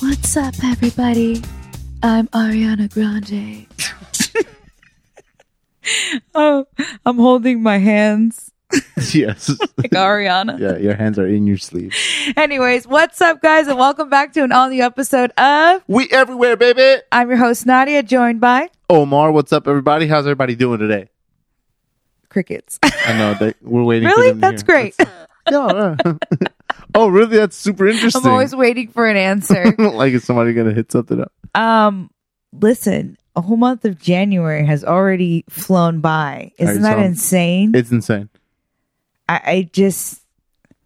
What's up, everybody? I'm Ariana Grande. Oh, I'm holding my hands yes. like Ariana. yeah, your hands are in your sleeve. Anyways, what's up, guys, and welcome back to an all new episode of We everywhere, baby. I'm your host Nadia, joined by Omar, what's up, everybody? How's everybody doing today? crickets. I know they, we're waiting. for really, them to that's hear. great. Yeah, yeah. oh, really? That's super interesting. I'm always waiting for an answer. like, is somebody gonna hit something up? um, listen, a whole month of January has already flown by. you Isn't that sound- insane? It's insane. I, I just,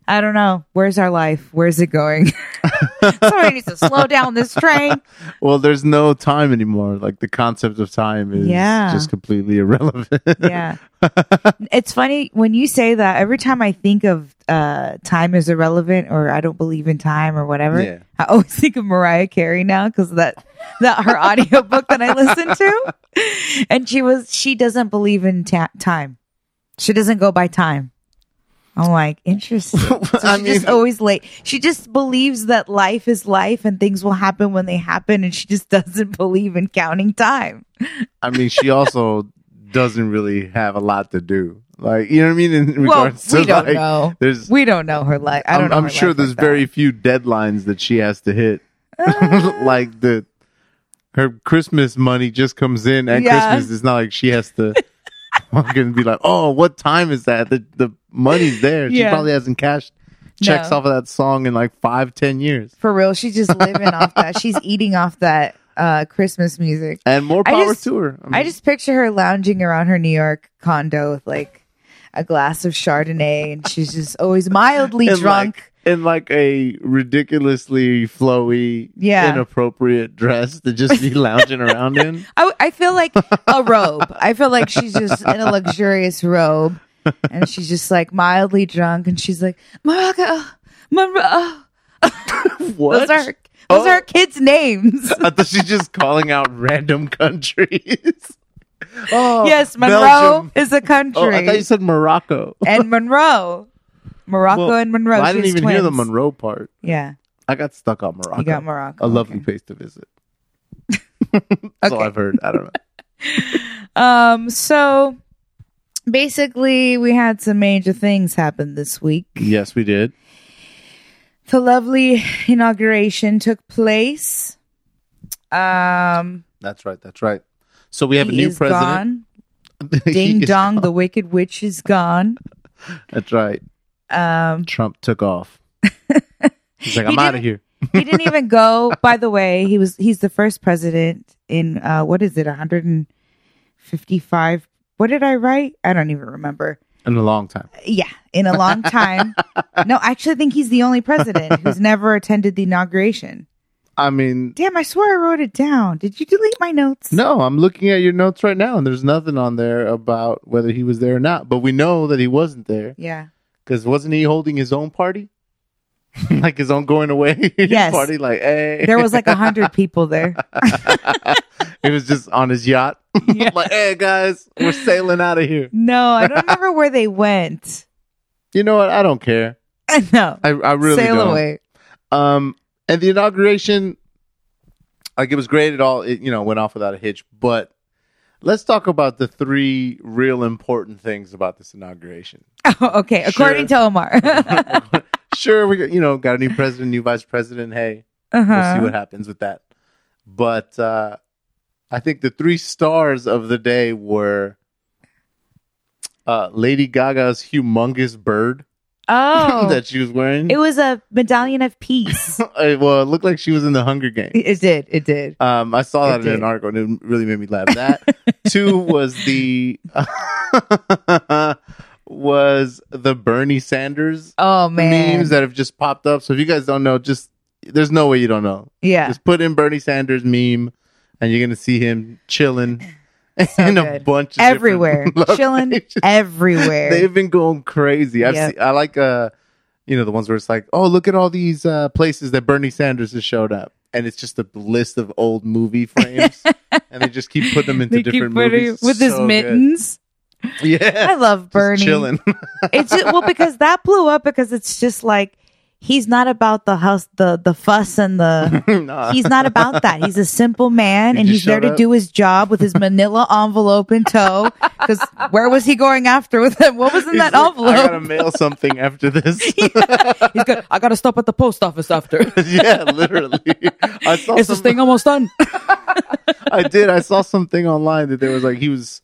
I don't know. Where's our life? Where's it going? Somebody needs to slow down this train. Well, there's no time anymore. Like the concept of time is Yeah. just completely irrelevant. yeah it's funny when you say that every time i think of uh time is irrelevant or i don't believe in time or whatever Yeah. i always think of mariah carey now because that that her audiobook that i listened to and she was she doesn't believe in ta- time she doesn't go by time i'm like interesting so she's I just mean- always late she just believes that life is life and things will happen when they happen and she just doesn't believe in counting time I mean, she also doesn't really have a lot to do. Like, you know what I mean? In regards well we to don't like, know there's We don't know her life. I don't I'm, know I'm her sure life there's like that. Uh. very few deadlines that she has to hit. like the her Christmas money just comes in at Yeah. Christmas. It's not like she has to fucking be like, oh, what time is that? The the money's there. She Yeah. probably hasn't cashed checks No. off of that song in like five, ten years. for real. She's just living off that. She's eating off that uh, Christmas music. And more I power just- to her. mean, I just picture her lounging around her New York condo with like a glass of Chardonnay, and she's just always mildly in drunk. Like, in like a ridiculously flowy, Yeah. inappropriate dress to just be lounging around in. I, I feel like a robe. I feel like she's just in a luxurious robe, and she's just like mildly drunk, and she's like Morocco, Morocco. What? Oh. Those are those are her kids' names. I thought she's just calling out random countries. Oh, yes, Monroe Belgium. is a country. Oh, I thought you said Morocco. and Monroe. Morocco Well, and Monroe. well, I didn't she's even hear the twins. Monroe part. Yeah, I got stuck on Morocco. you got Morocco. A lovely okay. place to visit. That's all Okay. I've heard. I don't know. Um, so basically, we had some major things happen this week. Yes, we did. The lovely inauguration took place. Um, That's right. That's right. So we have a he new is president. gone. He Ding is- dong, the wicked witch is gone. That's right. Um, Trump took off. He's like, He I'm out of didn't- here. he didn't even go. By the way, he was he's the first president in uh, what is it, 155? What did I write? I don't even remember. In a long time. Yeah, in a long time. no, I actually think he's the only president who's never attended the inauguration. I mean, Damn, I swear I wrote it down. Did you delete my notes? no, I'm looking at your notes right now, and there's nothing on there about whether he was there or not. But we know that he wasn't there. Yeah. Because wasn't he holding his own party? like his own going away Yes. party? Like, hey. There was like a hundred people there. it was just on his yacht. Yeah. like, hey, guys, we're sailing out of here. No, I don't remember where they went. You know what? I don't care. No. I, I really Sail don't. away. Um, and the inauguration, like, it was great. It all, it, you know, went off without a hitch. But let's talk about the three real important things about this inauguration. Oh, okay, according to Omar. uh-huh. sure, we, got- you know, got a new president, new vice president. Hey, Uh-huh. we'll see what happens with that. But uh, I think the three stars of the day were uh, Lady Gaga's humongous bird Oh. that she was wearing. It was a medallion of peace. Uh, well, it looked like she was in the Hunger Games. it did. It did. Um, I saw that It in an did. article, and it really made me laugh. That two was the was the Bernie Sanders Oh man. memes that have just popped up. So if you guys don't know, just there's no way you don't know. yeah. Just put in Bernie Sanders meme, and you're gonna see him chilling in a good. bunch of different everywhere. locations. Chilling everywhere. They've been going crazy. I've Yep. seen, I like uh, you know, the ones where it's like, oh, look at all these uh, places that Bernie Sanders has showed up, and it's just a list of old movie frames, and they just keep putting them into They keep different putting- movies with his So good. mittens. Yeah, I love Just Bernie. chilling. it's just, well because that blew up because it's just like he's not about the house, the the fuss and the. Nah. He's not about that. He's a simple man, He and just he's there showed to up. do his job with his Manila envelope in tow. Because where was he going after with him? What was in He's that like, envelope? I gotta mail something after this. He's good. I got to stop at the post office after. yeah, literally. I saw Is this some- thing almost done? I did. I saw something online that there was like he was.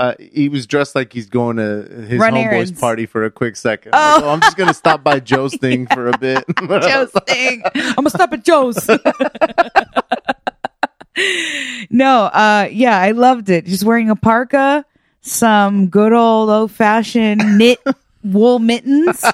Uh, he was dressed like he's going to his Run homeboy's errands. party for a quick second. Like, Oh. "Oh, I'm just gonna stop by Joe's thing for a bit. Joe's thing. I'm gonna stop at Joe's. No, uh, yeah, I loved it. Just wearing a parka, some good old old fashioned knit wool mittens,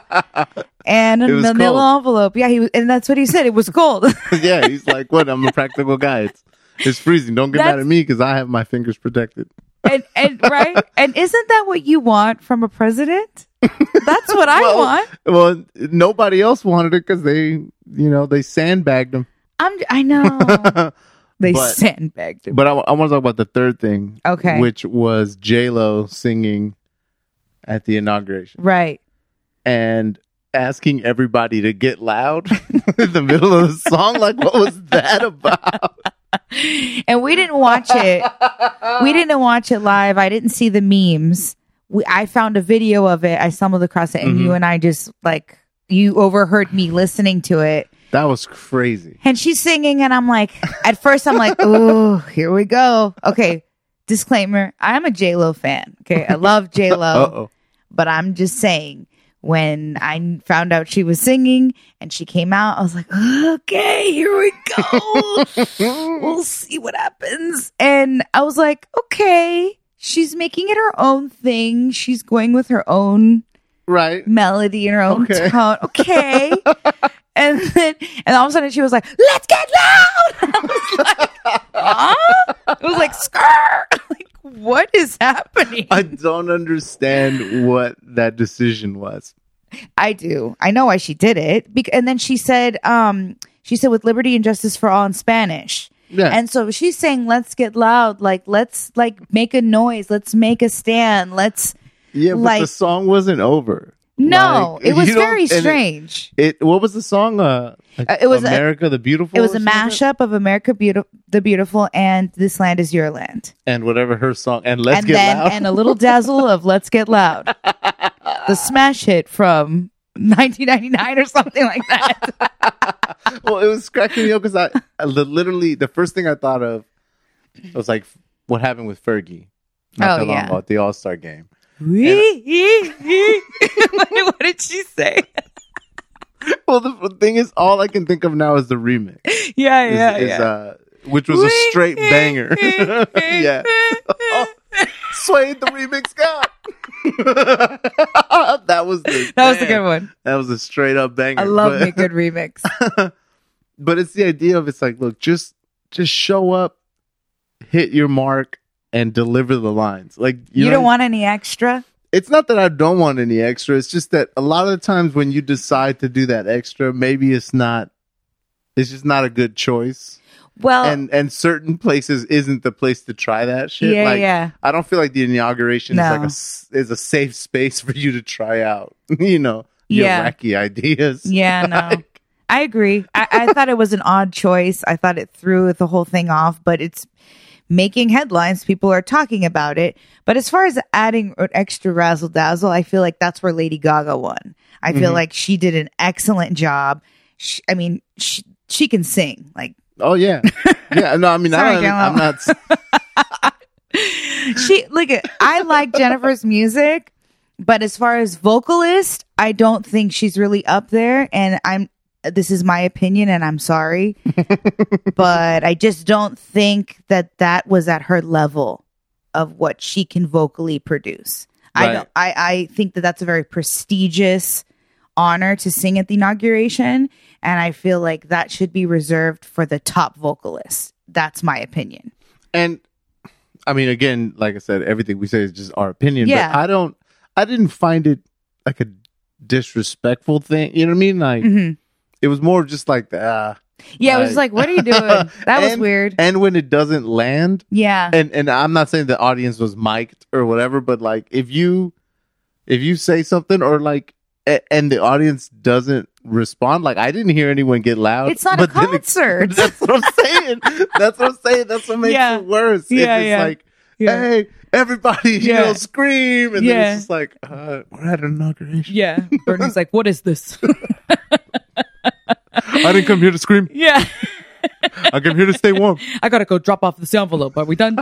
and a It was manila cold. envelope. Yeah, he was, and that's what he said. It was cold. yeah, he's like, what? I'm a practical guy. It's it's freezing. Don't get mad That's- at me because I have my fingers protected. and and right and isn't that what you want from a president? That's what I Well- want. Well, nobody else wanted it because they, you know, they sandbagged him. I'm I know they But- sandbagged him. But I, want to talk about the third thing, Okay. which was J Lo singing at the inauguration. Right. and asking everybody to get loud in the middle of the song. Like, what was that about? And we didn't watch it. we didn't watch it live. I didn't see the memes. We, I found a video of it. I stumbled across it, and you and I just like you overheard me listening to it. That was crazy. And she's singing, and I'm like, at first, I'm like, ooh, here we go. Okay, disclaimer: I'm a J Lo fan. Okay, I love J Lo. Uh oh. but I'm just saying when I found out she was singing and she came out, I was like, okay, here we go. we'll see what happens. And I was like, okay, she's making it her own thing. She's going with her own Right. melody and her own Okay. tone. Okay. and then, and all of a sudden she was like, let's get loud. I was like, huh? It was like, skr. like, what is happening? I don't understand what that decision was. I do. I know why she did it. Bec- and then she said, um, she said with liberty and justice for all in Spanish. Yeah. And so she's saying, let's get loud. Like, let's like make a noise. Let's make a stand. Let's. yeah, but the like- song wasn't over. No, Like, it was you don't- very and it- strange. It, what was the song? Uh, like Uh, it was a- America the Beautiful. It, was or a something? mashup of America Beautiful, the Beautiful, and This Land Is Your Land. and whatever her song. And let's and get then, loud. and a little dazzle of Let's Get Loud, the smash hit from 1999 or something like that. well, it was cracking me up because I, I li- literally the first thing I thought of was like what happened with Fergie. Not Oh, that long yeah. ago at the All Star game. what did she say? Well, the thing is, all I can think of now is the remix, is, Yeah, yeah, is, yeah. Uh, which was a straight banger. yeah, Sway the remix God. that was the That was the man, good one. That was a straight up banger. I love but, me a good remix. but it's the idea of it's like, look, just just show up, hit your mark, and deliver the lines. Like You, know don't what want any extra? it's not that I don't want any extra. It's just that a lot of the times when you decide to do that extra, maybe it's not. It's just not a good choice, Well, and and certain places isn't the place to try that shit. yeah, like, yeah. I don't feel like the inauguration is like No. a s- is a safe space for you to try out. you know, your Yeah. wacky ideas. Yeah, no. Like, I agree. I, I thought it was an odd choice. I thought it threw the whole thing off, but it's making headlines. People are talking about it. But as far as adding an extra razzle dazzle, I feel like that's where Lady Gaga won. I feel Mhm. like she did an excellent job. She, I mean, she, she can sing. Like, oh yeah, yeah. No, I mean, Sorry, I don't, Gallo. I'm not. s- she look at I like Jennifer's music, but as far as vocalist, I don't think she's really up there and I'm this is my opinion and I'm sorry, but I just don't think that that was at her level of what she can vocally produce. I Right. don't I I think that that's a very prestigious honor to sing at the inauguration and I feel like that should be reserved for the top vocalist. That's my opinion. and I mean, again, like I said, everything we say is just our opinion. But Yeah. I don't, I didn't find it like a disrespectful thing. You know what I mean? Like Mhm. it was more just like the, ah. Yeah, it was Like- like, what are you doing? That was And- weird. and when it doesn't land, Yeah. and and I'm not saying the audience was mic'd or whatever, but like if you if you say something or like a- and the audience doesn't respond. Like I didn't hear anyone get loud. It's not a then it- concert. that's what I'm saying. that's what I'm saying. That's what makes Yeah. it worse. Yeah, it's just yeah. like, Yeah. hey, everybody, you Yeah. know, scream, and then Yeah. it's just like, uh, we're at an inauguration. Yeah. Bernie's like, what is this? I didn't come here to scream. yeah. I came here to stay warm. I gotta go drop off this envelope. Are we done?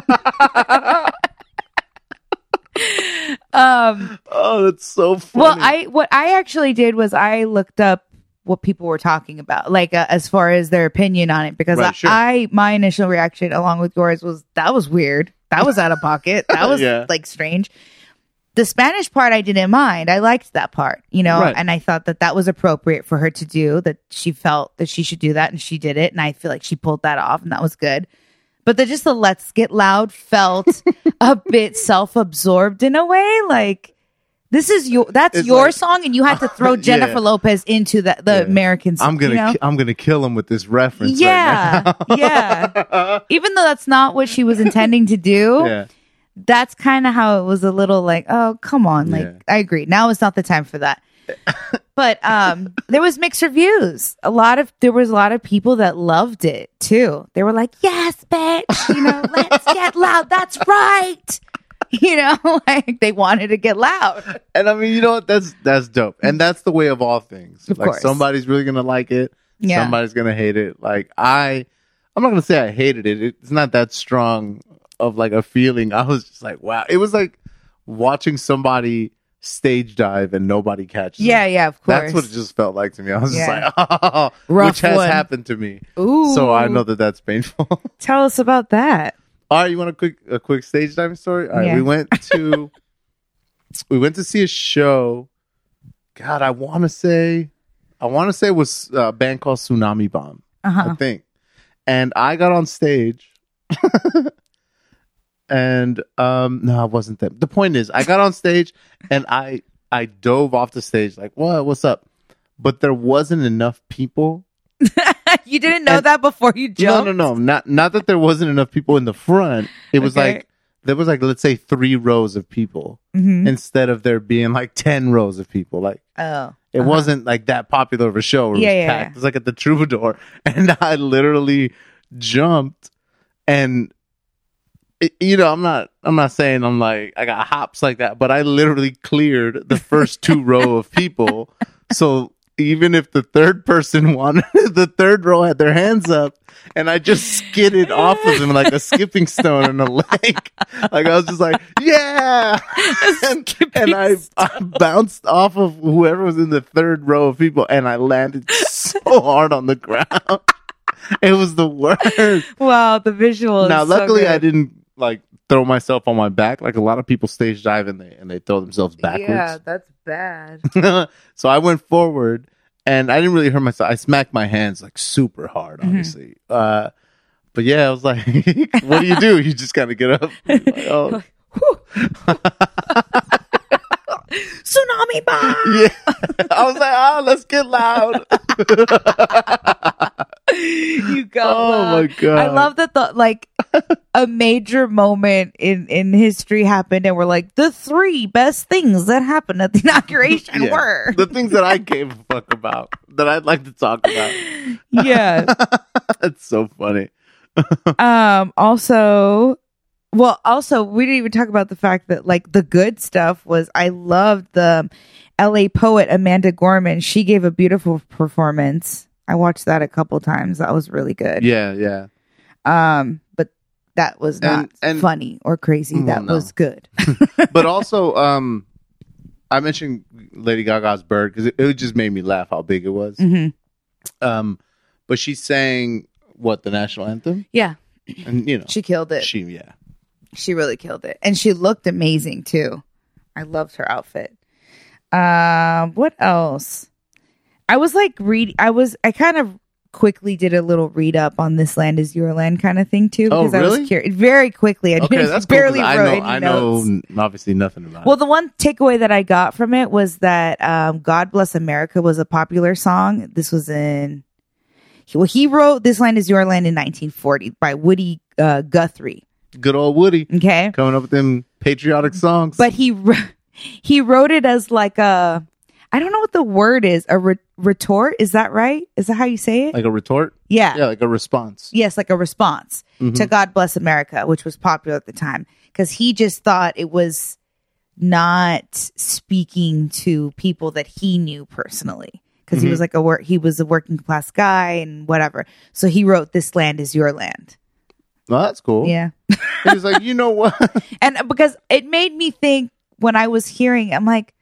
Um, Oh, that's so funny. Well, I what I actually did was I looked up what people were talking about, like uh, as far as their opinion on it, because Right, I, sure. I my initial reaction, along with yours, was that was weird. That was out of pocket. That was Yeah. like strange. The Spanish part I didn't mind. I liked that part, you know, Right. and I thought that that was appropriate for her to do. That she felt that she should do that, and she did it, and I feel like she pulled that off, and that was good. But the just the let's get loud felt a bit self absorbed in a way, like this is your that's It's your like- song and you have to throw Yeah. Jennifer Lopez into the, the Yeah. Americans. I'm gonna you know? ki- I'm gonna kill him with this reference. Yeah. yeah. Even though that's not what she was intending to do, right now. yeah. that's kind of how it was a little like, oh, come on. Like, Yeah. I agree. Now is not the time for that. but um there was mixed reviews. A lot of there was a lot of people that loved it too. They were like, "Yes, bitch, you know, let's get loud. That's right." You know, like they wanted to get loud. And I mean, you know what? That's that's dope. And that's the way of all things. Mm. Of like course. somebody's really gonna like it. Yeah. Somebody's gonna hate it. Like I I'm not gonna say I hated it. It's not that strong of like a feeling. I was just like, wow. It was like watching somebody stage dive and nobody catches them. Yeah, yeah, of course. That's what it just felt like to me. I was Yeah. just like, oh, Rough which has one. happened to me. Ooh. So I know that that's painful. Tell us about that. All right, you want a quick a quick stage diving story? All right, Yeah. we went to we went to see a show. God, I want to say I want to say it was uh, a band called Tsunami Bomb, I Uh-huh. think. And I got on stage, and um, no, it wasn't them. The point is, I got on stage and I I dove off the stage like, what? What's up? But there wasn't enough people you didn't know And- that before you jumped? no, no, no. Not not that there wasn't enough people in the front. It was Okay. like there was like let's say three rows of people Mhm. instead of there being like ten rows of people. Like Oh. it Uh-huh. wasn't like that popular of a show. Where Yeah, it was yeah, packed. yeah. It was like at the Troubadour, and I literally jumped, and it- you know, I'm not, I'm not saying I'm like I got hops like that, but I literally cleared the first two row of people. So even if the third person wanted, the third row had their hands up, and I just skidded off of them like a skipping stone in a lake. Like I was just like, yeah, and, and I, I bounced off of whoever was in the third row of people, and I landed so hard on the ground. It was the worst. Wow, the visual. now, is so luckily, I good. didn't like throw myself on my back like a lot of people stage dive and they and they throw themselves backwards. Yeah, that's bad. so I went forward and I didn't really hurt myself. I smacked my hands like super hard, Mm-hmm. obviously. Uh, but yeah, I was like, what do you do? You just got to get up. Like, oh. Tsunami bomb! yeah. I was like, oh, let's get loud. You go. Oh, my God. I love that the like a major moment in in history happened and we're like the three best things that happened at the inauguration Yeah. were. The things that I gave a fuck about that I'd like to talk about. yeah. That's so funny. um also well also we didn't even talk about the fact that like the good stuff was i loved the la poet amanda gorman she gave a beautiful performance i watched that a couple times that was really good Yeah, yeah. um but that was not And- and- funny or crazy Well, that no. was good but also, um, I mentioned Lady Gaga's bird because it, it just made me laugh how big it was. Mhm. Um, but she sang what the national anthem, yeah and you know, she killed it she yeah, She really killed it. And she looked amazing too. I loved her outfit. Um, what else? I was like read I was I kind of quickly did a little read up on this land is your land kind of thing too Oh, because I really? was curious very quickly. I okay, didn't- that's cool, 'cause barely I wrote know, any I know, notes. n- obviously nothing about. Well, it. the one takeaway that I got from it was that um, "God Bless America" was a popular song. This was in he- well, he wrote "This Land Is Your Land" in 1940 by Woody uh, Guthrie. good old Woody Okay, coming up with them patriotic songs. but he wr- he wrote it as like a I don't know what the word is. A re- retort is that right? Is that how you say it? Like a retort? yeah. Uh, Yeah, like a response. Yes, like a response to God Bless America, which was popular at the time, because he just thought it was not speaking to people that he knew personally. Because he was like a work, he was a working class guy and whatever. So he wrote, "This land is your land." Well, that's cool. Yeah. He's like, you know what? and uh, because it made me think when I was hearing, it, I'm like,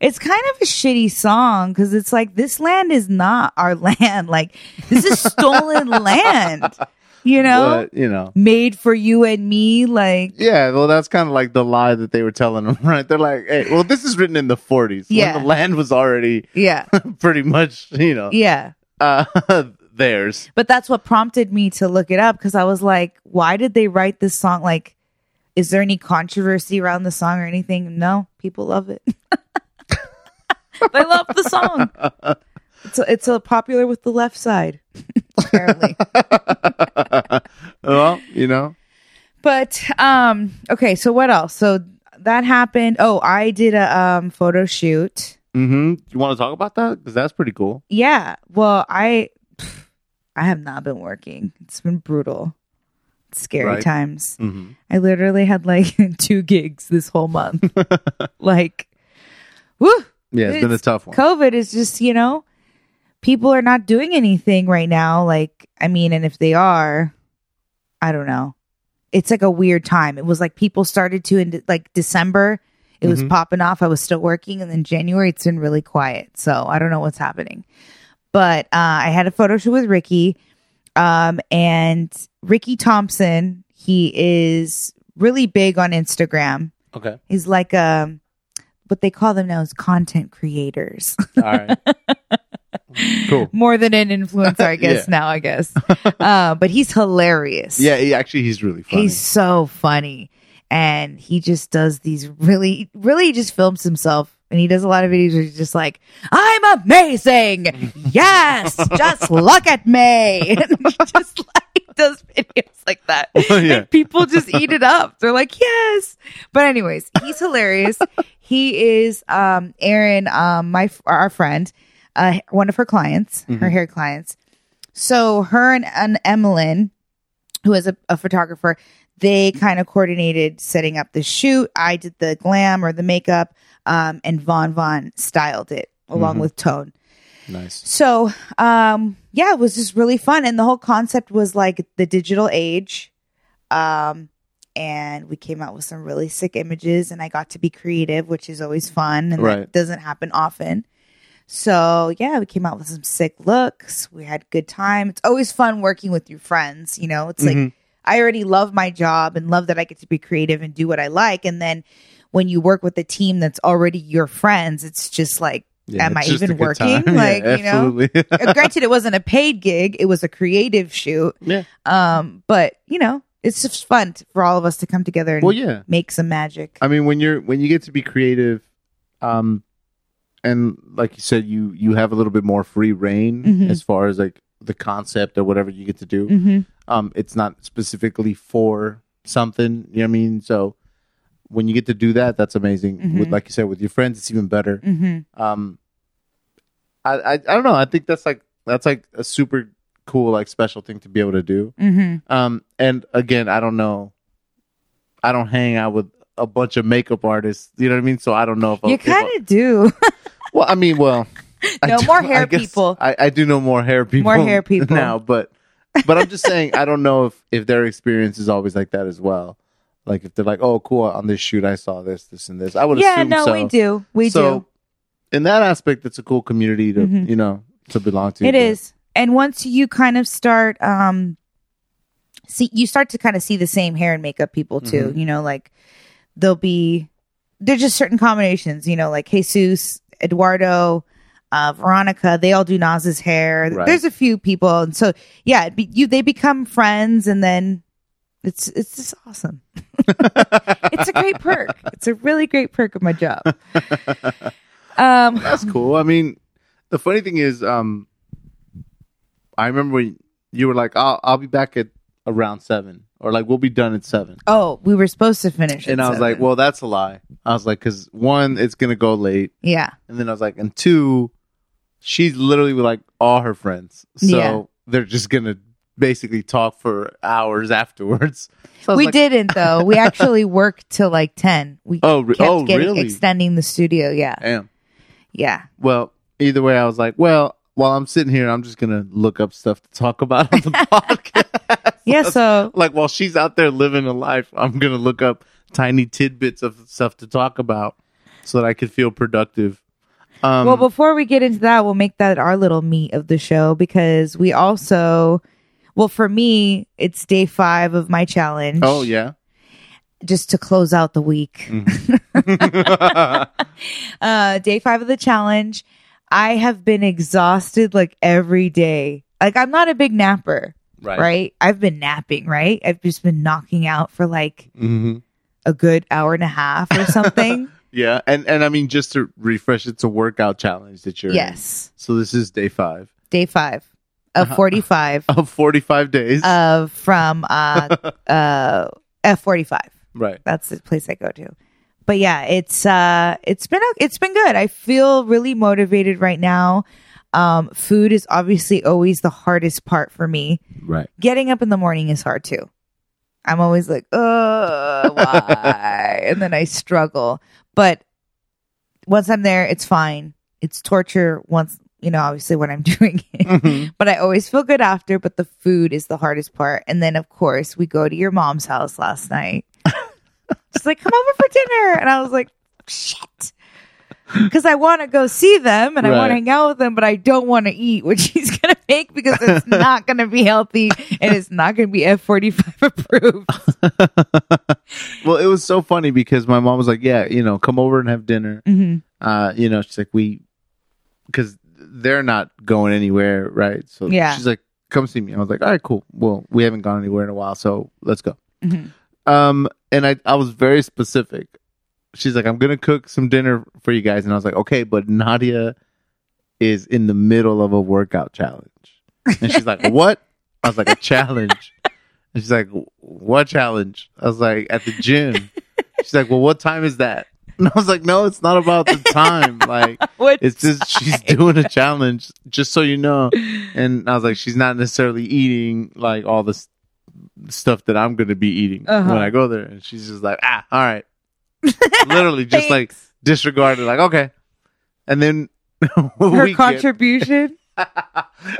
it's kind of a shitty song because it's like this land is not our land. Like this is stolen land, you know, But, you know. made for you and me. Like Yeah, well, that's kind of like the lie that they were telling him, right? They're like, hey, well, this is written in the 40s. Yeah. When the land was already yeah, pretty much, you know, yeah. uh, theirs. But that's what prompted me to look it up because I was like, why did they write this song? Like, is there any controversy around the song or anything? No, people love it. they love the song. It's a, it's a popular with the left side, apparently. Well, you know, but um, okay, so what else? So that happened. Oh, I did a um photo shoot. mm-hmm. you want to talk about that? Because that's pretty cool. Yeah. Well, I I have not been working. It's been brutal. Scary Right. times. Mm-hmm. I literally had like two gigs this whole month. like, woo, Yeah, it's been a It's tough one. COVID is just, you know, people are not doing anything right now. Like, I mean, and if they are, I don't know. It's like a weird time. It was like people started to, in de- like December, it was Mhm. popping off. I was still working. And then January, it's been really quiet. So I don't know what's happening. But uh, I had a photo shoot with Ricky. Um, and Ricky Thompson, he is really big on Instagram. okay. He's like um what they call them now is content creators. All right. cool. More than an influencer, I guess now, I guess. uh, but he's hilarious. Yeah, he, actually, he's really funny. He's so funny. And he just does these really, really just films himself. And he does a lot of videos where he's just like, I'm amazing. Yes. just look at me. And he just like does videos like that. Yeah. And people just eat it up. They're like, yes. But anyways, he's hilarious. he is, um, Aaron, um, my, our friend, uh, one of her clients, her Mhm. hair clients. So her and, and Emmeline, who is a, a photographer, they kind of coordinated setting up the shoot. I did the glam or the makeup, um, and Von Von styled it along Mhm. with Tone. nice. So, um, yeah, it was just really fun. And the whole concept was like the digital age. Um, and we came out with some really sick images, and I got to be creative, which is always fun. And that Right. doesn't happen often. So, yeah, we came out with some sick looks. We had good time. It's always fun working with your friends. You know, it's like Mhm. I already love my job and love that I get to be creative and do what I like. And then when you work with a team that's already your friends, it's just like, Yeah, am it's I just a even good working? time. Like, you know? absolutely. Uh, granted it wasn't a paid gig it was a creative shoot Yeah. um but you know it's just fun t- for all of us to come together and well, yeah. make some magic I mean, when you're when you get to be creative, um, and like you said, you you have a little bit more free reign Mhm. as far as like the concept or whatever you get to do. hmm Um, it's not specifically for something. You know what I mean? So when you get to do that, that's amazing. With Mhm. like you said, with your friends, it's even better. hmm Um, I, I I don't know. I think that's like that's like a super cool like special thing to be able to do. hmm Um, and again, I don't know. I don't hang out with a bunch of makeup artists. You know what I mean? So I don't know if you if I- kind of do well. I mean, well, I No, do- more hair I guess people. I, I do know more hair people. More hair people. now, but but I'm just saying I don't know if if their experience is always like that as well. Like if they're like, oh, cool, on this shoot I saw this, this, and this. I would yeah assume no so. we do we So, In that aspect, it's a cool community to Mhm. you know to belong to. do It is, and once you kind of start um see you start to kind of see the same hair and makeup people too Mm-hmm. you know like there'll be there's just certain combinations, you know, like Jesus, Eduardo, uh, Veronica. They all do Nas's hair. Right. There's a few people, and so yeah, it be, you they become friends, and then it's it's just awesome. it's a great perk. It's a really great perk of my job. Um, That's cool. I mean, the funny thing is, um, I remember when you were like, "I'll I'll be back at around seven, or like we'll be done at seven. Oh, we were supposed to finish. And at I was like, seven. well, that's a lie. I was like, because one, it's gonna go late, yeah, and then I was like, and two, she's literally with like all her friends, so Yeah. they're just gonna basically talk for hours afterwards. So I was we like, didn't though. We actually worked till like ten. We Oh, re- kept oh, getting, really? extending the studio. Yeah, Damn. yeah. Well, either way, I was like, well, while I'm sitting here, I'm just gonna look up stuff to talk about on the podcast. Yeah, so like while she's out there living a life, I'm gonna look up tiny tidbits of stuff to talk about so that I could feel productive. Um, well, before we get into that, we'll make that our little meat of the show because we also, well, for me, it's day five of my challenge. oh yeah, Mm. just to close out the week. uh, day five of the challenge. I have been exhausted like every day. Like I'm not a big napper, right? I've been napping, right? I've just been knocking out for like hmm a good hour and a half or something. Yeah, and and I mean just to refresh, it's a workout challenge that you're in. yes. So this is day five Day five of 45 of 45 days. of from uh uh F45. right. That's the place I go to. But yeah, it's uh it's been o- it's been good. I feel really motivated right now. Um food is obviously always the hardest part for me. Right. Getting up in the morning is hard too. I'm always like, "Uh, why?" and then I struggle. But once I'm there, it's fine. It's torture once, you know, obviously when I'm doing it but I always feel good after. But the food is the hardest part. And then, of course, we go to your mom's house last night. She's like, come over for dinner. And I was like, shit. Because I want to go see them and I want Right. to hang out with them, but I don't want to eat what she's going to make because it's not going to be healthy and it's not going to be F45 approved. Well, it was so funny because my mom was like, "Yeah, you know, come over and have dinner." Mhm. Uh, you know, she's like, "We," because they're not going anywhere, right? So Yeah. she's like, "Come see me." I was like, "All right, cool. Well, we haven't gone anywhere in a while, so let's go." Mhm. Um, and I I was very specific. She's like, "I'm gonna cook some dinner for you guys," and I was like, "Okay," but Nadia is in the middle of a workout challenge, and she's like, "What?" I was like, "A challenge." And she's like, "What challenge?" I was like, "At the gym." She's like, "Well, what time is that?" And I was like, "No, it's not about the time. Like, What? it's just she's doing a challenge, just so you know." And I was like, "She's not necessarily eating like all this stuff that I'm going to be eating Uh-huh. when I go there." And she's just like, "Ah, all right." Literally, just like disregarded, like okay. And then her we get- contribution?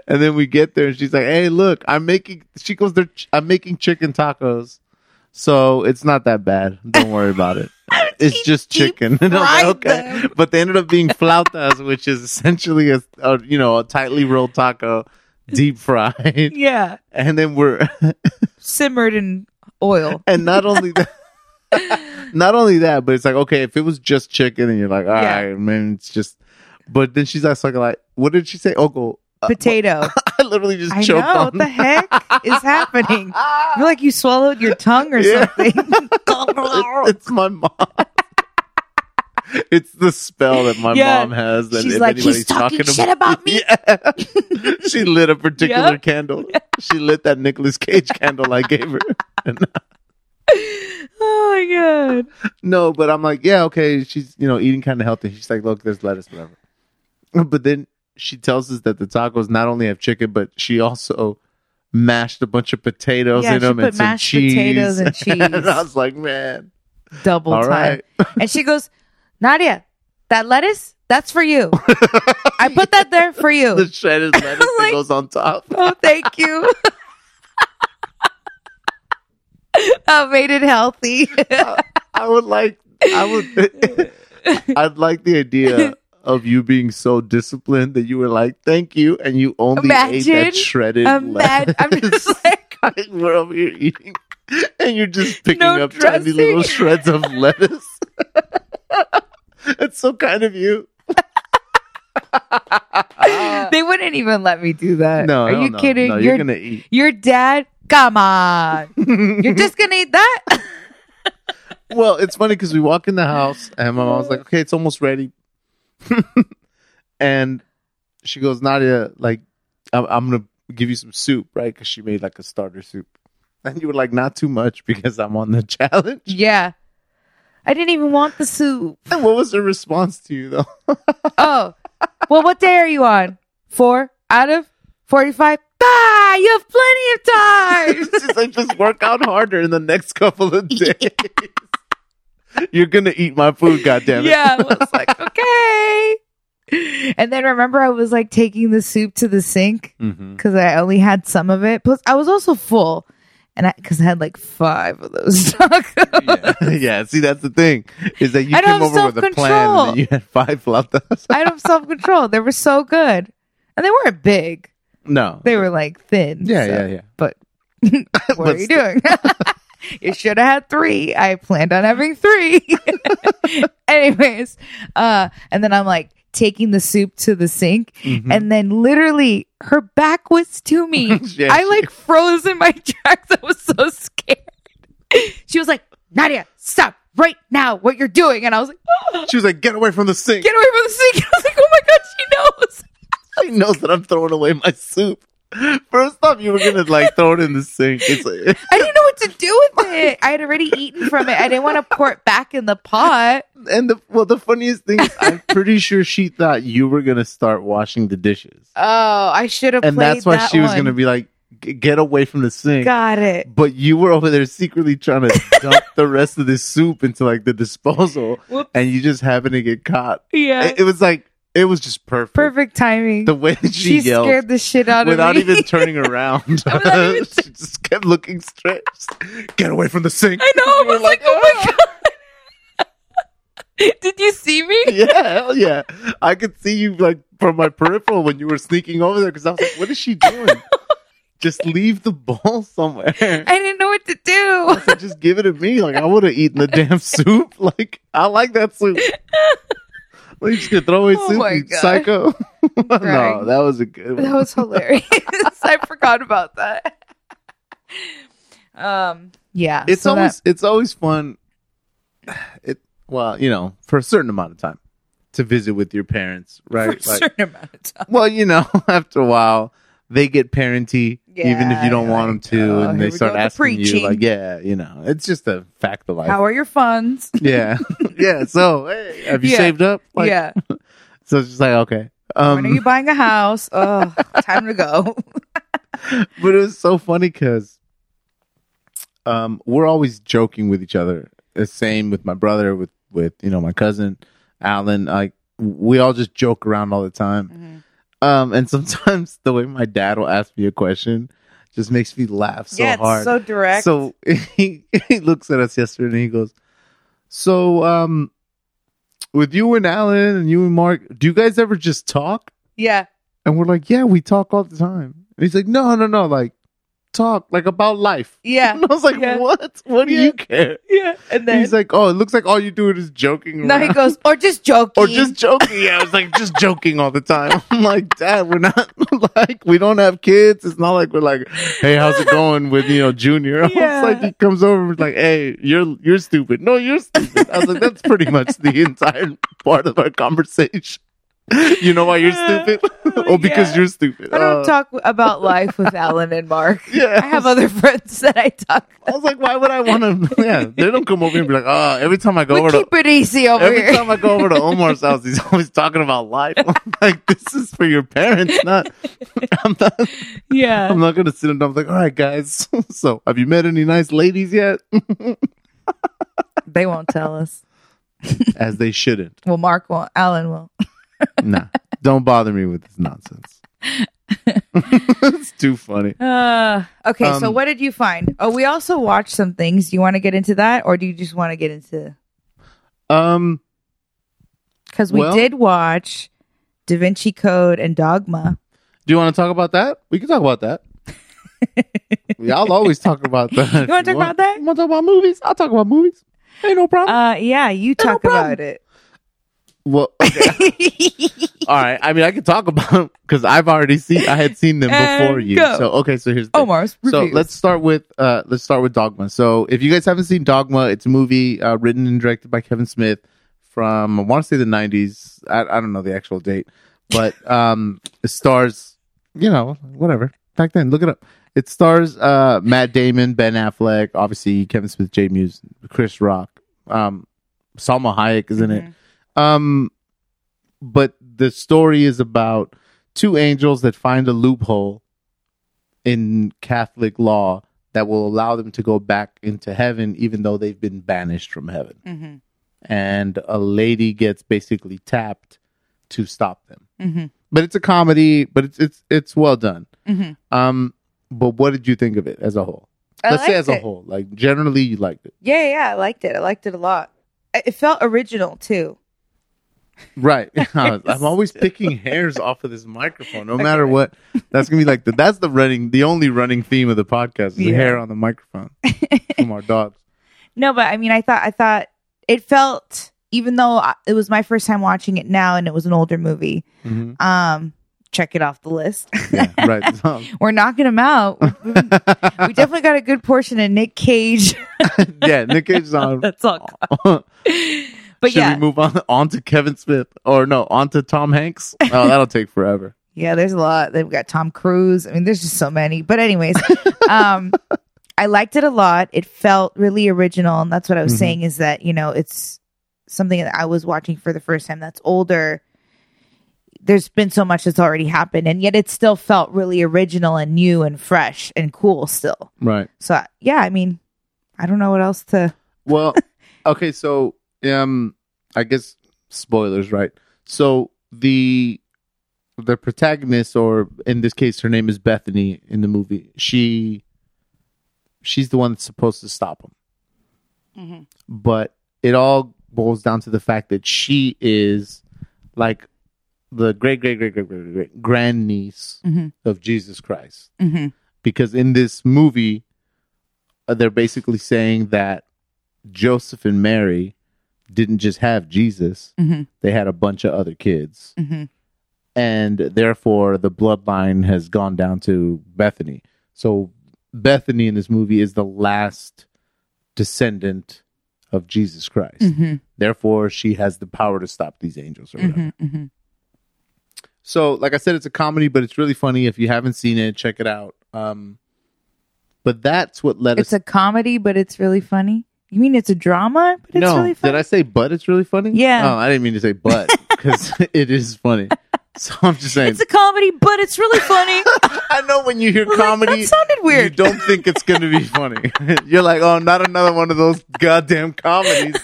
and then we get there, and she's like, "Hey, look, I'm making." She goes, "There, I'm making chicken tacos, so it's not that bad. Don't worry about it. It's just deep chicken." And I'm like, fried "Okay," them. but they ended up being flautas, which is essentially a, a you know a tightly rolled taco, deep fried, yeah. and then we're Simmered in oil. and not only that. Not only that, but it's like okay, if it was just chicken, and you're like, all right, Yeah. man, it's just. But then she's also like, what did she say? Uncle, Potato. I literally just I know. choked on What the heck is happening? I feel like you swallowed your tongue or Yeah. something. It- it's my mom. it's the spell that my Yeah. mom has. That She's if like, "He's anybody's talking to shit about me." Yeah. she lit a particular Yep. candle. She lit that Nicolas Cage candle I gave her. oh my god. No, but I'm like, yeah, okay. She's you know eating kind of healthy. She's like, look, there's lettuce, whatever. But then she tells us that the tacos not only have chicken, but she also mashed a bunch of potatoes Yeah, in she them put and some mashed cheese. potatoes and cheese. and I was like, man, Double all time. right. And she goes, Nadia, that lettuce, that's for you. I put that there for The you. shredded lettuce that Like- goes on top. Oh, thank you. I made it healthy. I would like I would I'd like the idea of you being so disciplined that you were like, thank you, and you only ate Imagine- that shredded I'm mad. lettuce. I'm just like, we're over here eating and you're just picking No up tiny little dressing. shreds of lettuce. That's so kind of you. they wouldn't even let me do that. No, Are hell you no. kidding? No, You're you're gonna eat. Your dad, come on. You're just gonna eat that? Well, it's funny because we walk in the house and my mom's like, okay, it's almost ready. and she goes, Nadia, like, I'm, I'm going to give you some soup, right? Because she made like a starter soup. And you were like, not too much because I'm on the challenge. Yeah. I didn't even want the soup. And what was her response to you though? Oh, well, what day are you on? Four out of 45? Ah, you have plenty of time. She's like, just work out harder in the next couple of days. You're gonna eat my food, goddammit. yeah. I was like, okay. And then remember, I was like taking the soup to the sink Mm-hmm. because I only had some of it. Plus, I was also full. And I, because I had like five of those tacos. Yeah. yeah, see, that's the thing is that you I don't came over have with a plan and then you had five flautas. I don't have self control. They were so good. And they weren't big, No, they were like thin. yeah, so- yeah, yeah. But what But are you doing? you should have had three. I planned on having three. Anyways, uh, and then I'm like taking the soup to the sink, Mhm. and then literally her back was to me. Yeah, I she- like froze in my tracks. I was so scared. she was like, Nadia, stop right now what you're doing. And I was like, She was like, "Get away from the sink." get away from the sink. I was like, oh my God, she knows. she knows that I'm throwing away my soup. First off, you were gonna like throw it in the sink. It's like, I didn't know what to do with it. I had already eaten from it. I didn't want to pour it back in the pot. and the well, the funniest thing is, I'm pretty sure she thought you were gonna start washing the dishes, Oh, I should have. and played that's why that she was one. gonna be like, "G- "Get away from the sink." Got it. But you were over there secretly trying to dump the rest of this soup into like the disposal, Whoops. and you just happened to get caught. Yeah. It, it was like it was just perfect. Perfect timing. The way that she, she yelled. scared the shit out without of me. even turning around. Without even she just kept looking straight. Just, Get away from the sink. I know. I was like, oh my god. Did you see me? Yeah, hell yeah. I could see you like from my peripheral when you were sneaking over there because I was like, what is she doing? just leave the ball somewhere. I didn't know what to do. So just give it to me. Like I would have eaten the damn soup. Like I like that soup. Well, you just gonna throw away Oh soup, my you God. psycho. no, Crying. that was a good one. That was hilarious. I forgot about that. Um. Yeah. it's so that- always it's always fun it well you know for a certain amount of time to visit with your parents for right a certain amount of time. well you know after a while they get parenty even if Yeah, you don't you're want them like, to "Oh, and here they we go start with the asking you preaching." like yeah you know it's just a fact of life How are your funds? yeah yeah so hey, have you Yeah. saved up Like, yeah. so it's just like okay when um are you buying a house? Oh, time to go. but it was so funny because um, we're always joking with each other. The same with my brother, with with you know my cousin Alan. Like we all just joke around all the time. Mm-hmm. Um, and sometimes the way my dad will ask me a question just makes me laugh so yeah, it's hard. so direct. So he, he looks at us yesterday and he goes, "So um, with you and Alan and you and Mark, do you guys ever just talk?" yeah. And we're like, yeah, we talk all the time. And he's like, no, no, no, like talk like about life. Yeah. And I was like, Yeah. what? What do Yeah. you care? Yeah. And he's like, oh, it looks like all you do is joking. no, around. he goes, or just joking. or just joking. Yeah, I was like, just joking all the time. I'm like, Dad, we're not like we don't have kids. It's not like we're like, hey, how's it going with you know Junior? I was Yeah. like, he comes over and is like, hey, you're you're stupid. No, you're stupid. I was like, that's pretty much the entire part of our conversation. You know why you're stupid? oh, because Uh, yeah. you're stupid. I don't Uh, talk about life with Alan and Mark. Yeah. I have other friends that I talk. I was like, why would I want to? Yeah, they don't come over and be like, oh, every time I go We over to keep it easy over Every here. time I go over to Omar's house, he's always talking about life. I'm like, this is for your parents, not. I'm not. Yeah. I'm not gonna sit and I'm like, all right, guys. So, have you met any nice ladies yet? they won't tell us. As they shouldn't. Well, Mark won't. Alan won't. Nah, don't bother me with this nonsense. it's too funny. Uh, okay, so Um, what did you find? Oh, we also watched some things. Do you want to get into that, or do you just want to get into? Um, Because we Well- did watch Da Vinci Code and Dogma. do you want to talk about that? We can talk about that. Y'all always talk about that. You wanna talk about that? You want to talk about movies? I'll talk about movies. Ain't no problem. Uh, yeah, you talk problem. about it. well, All right. I mean, I can talk about them because I've already seen. I had seen them And before you. go. Oh, So okay. So here's the thing. Omar's So reviews. let's start with uh, let's start with Dogma. So if you guys haven't seen Dogma, it's a movie uh, written and directed by Kevin Smith from I want to say the '90s. I, I don't know the actual date, but um, it stars you know whatever back then. Look it up. It stars uh, Matt Damon, Ben Affleck, obviously Kevin Smith, Jay Muse, Chris Rock, um, Salma Hayek is in it. Um, but the story is about two angels that find a loophole in Catholic law that will allow them to go back into heaven, even though they've been banished from heaven. Mm-hmm. And a lady gets basically tapped to stop them. Mm-hmm. But it's a comedy, but it's it's it's well done. Mm-hmm. Um, but what did you think of it as a whole? I Let's say liked as a it. whole, like generally, you liked it, Yeah, yeah, I liked it. I liked it a lot. I- It felt original too. right? I'm always picking hairs off of this microphone, no matter what. That's gonna be like the, that's the running, the only running theme of the podcast is the Yeah. hair on the microphone from our dogs. No, but I mean, I thought, I thought it felt, even though I- it was my first time watching it now, and it was an older movie. Mhm. Um, check it off the list. Yeah, right. So, We're knocking them out. We- we definitely got a good portion of Nick Cage. yeah, Nick Cage is on. That's all. but Should yeah, we move on on to Kevin Smith or no on to Tom Hanks? Oh, that'll take forever. yeah, there's a lot. They've got Tom Cruise. I mean, there's just so many. But anyways, um, I liked it a lot. It felt really original, and that's what I was Mhm. saying is that you know it's something that I was watching for the first time. That's older. There's been so much that's already happened, and yet it still felt really original and new and fresh and cool still. Right. So yeah, I mean, I don't know what else to. Well, okay, so um I guess spoilers, right? So the the protagonist or in this case her name is Bethany in the movie. She she's the one that's supposed to stop him. But it all boils down to the fact that she is like the great great great great great great grandniece Mhm. of Jesus Christ Mm-hmm. because in this movie uh, they're basically saying that Joseph and Mary didn't just have Jesus Mhm. they had a bunch of other kids Mhm. and therefore the bloodline has gone down to Bethany so Bethany in this movie is the last descendant of Jesus Christ Mm-hmm. therefore she has the power to stop these angels or whatever Mm-hmm. so, like I said, it's a comedy, but it's really funny. If you haven't seen it, check it out. Um, but that's what led it's us. a comedy, but it's really funny. You mean it's a drama, but it's no, really funny? did I say but? It's really funny. Yeah. Oh, I didn't mean to say but because it is funny. So I'm just saying. it's a comedy, but it's really funny. I know when you hear Like, comedy, that sounded you weird. don't think it's going to be funny. You're like, oh, not another one of those goddamn comedies.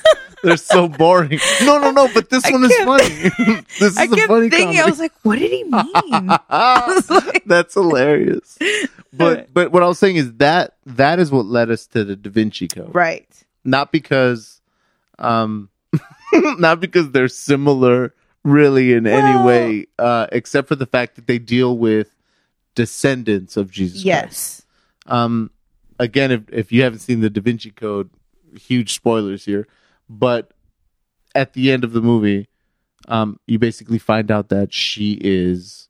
They're so boring. No, no, no. But this I one is kept- funny. this is I a kept funny thinking, comedy. I was like, what did he mean? was like- That's hilarious. But but what I was saying is that that is what led us to the Da Vinci Code. right. Not because um not because they're similar really in any Well- way uh except for the fact that they deal with descendants of Jesus Christ. Yes. Um again if if you haven't seen the Da Vinci Code huge spoilers here but at the end of the movie um you basically find out that she is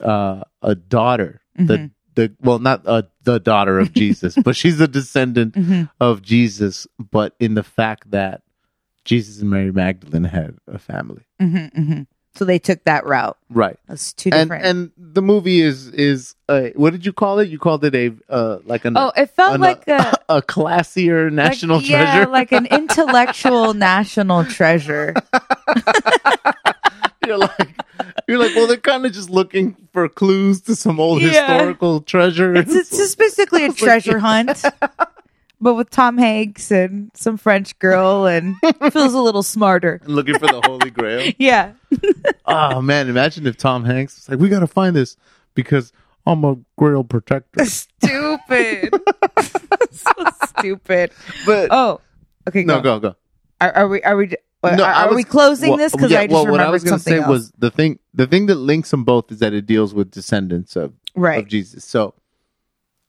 uh a daughter the Mm-hmm. the well not uh, the daughter of Jesus but she's a descendant Mhm. of Jesus but in the fact that Jesus and Mary Magdalene had a family Mhm, mhm. So they took that route. right That's two and different. and the movie is is uh, what did you call it you called it a uh, like an oh, it felt an- uh, like a. a classier like- national yeah, treasure. like an intellectual national treasure. you're like, you're like, well, they're kind of just looking for clues to some old Yeah. historical treasure. It's, it's just basically a treasure hunt, but with Tom Hanks and some French girl, and feels a little smarter. and looking for the Holy Grail. Yeah. oh man, imagine if Tom Hanks was like, we gotta find this because I'm a Grail protector. stupid. so stupid. But Oh, okay. no, go. go go. Are, are we? Are we? Are, No, are I was- we closing Well, this? Because yeah, I just well, what remembered I was gonna something say else. was the thing. The thing that links them both is that it deals with descendants of right. of Jesus. So,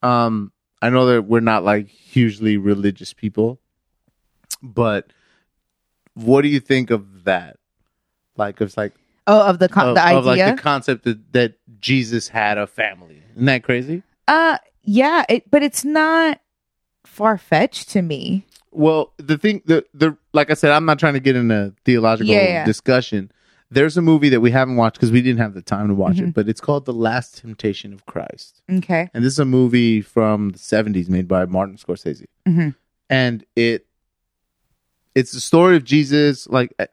um, I know that we're not like hugely religious people, but what do you think of that? Like, it's like oh, of the con- of, the idea. of, like the concept that, that Jesus had a family. Isn't that crazy? uh, yeah. It, but it's not far fetched to me. Well, the thing, the the like I said, I'm not trying to get in a theological Yeah, yeah. discussion. There's a movie that we haven't watched because we didn't have the time to watch Mm-hmm. it, but it's called The Last Temptation of Christ. Okay. And this is a movie from the 70s made by Martin Scorsese. Mhm. And it it's the story of Jesus like uh,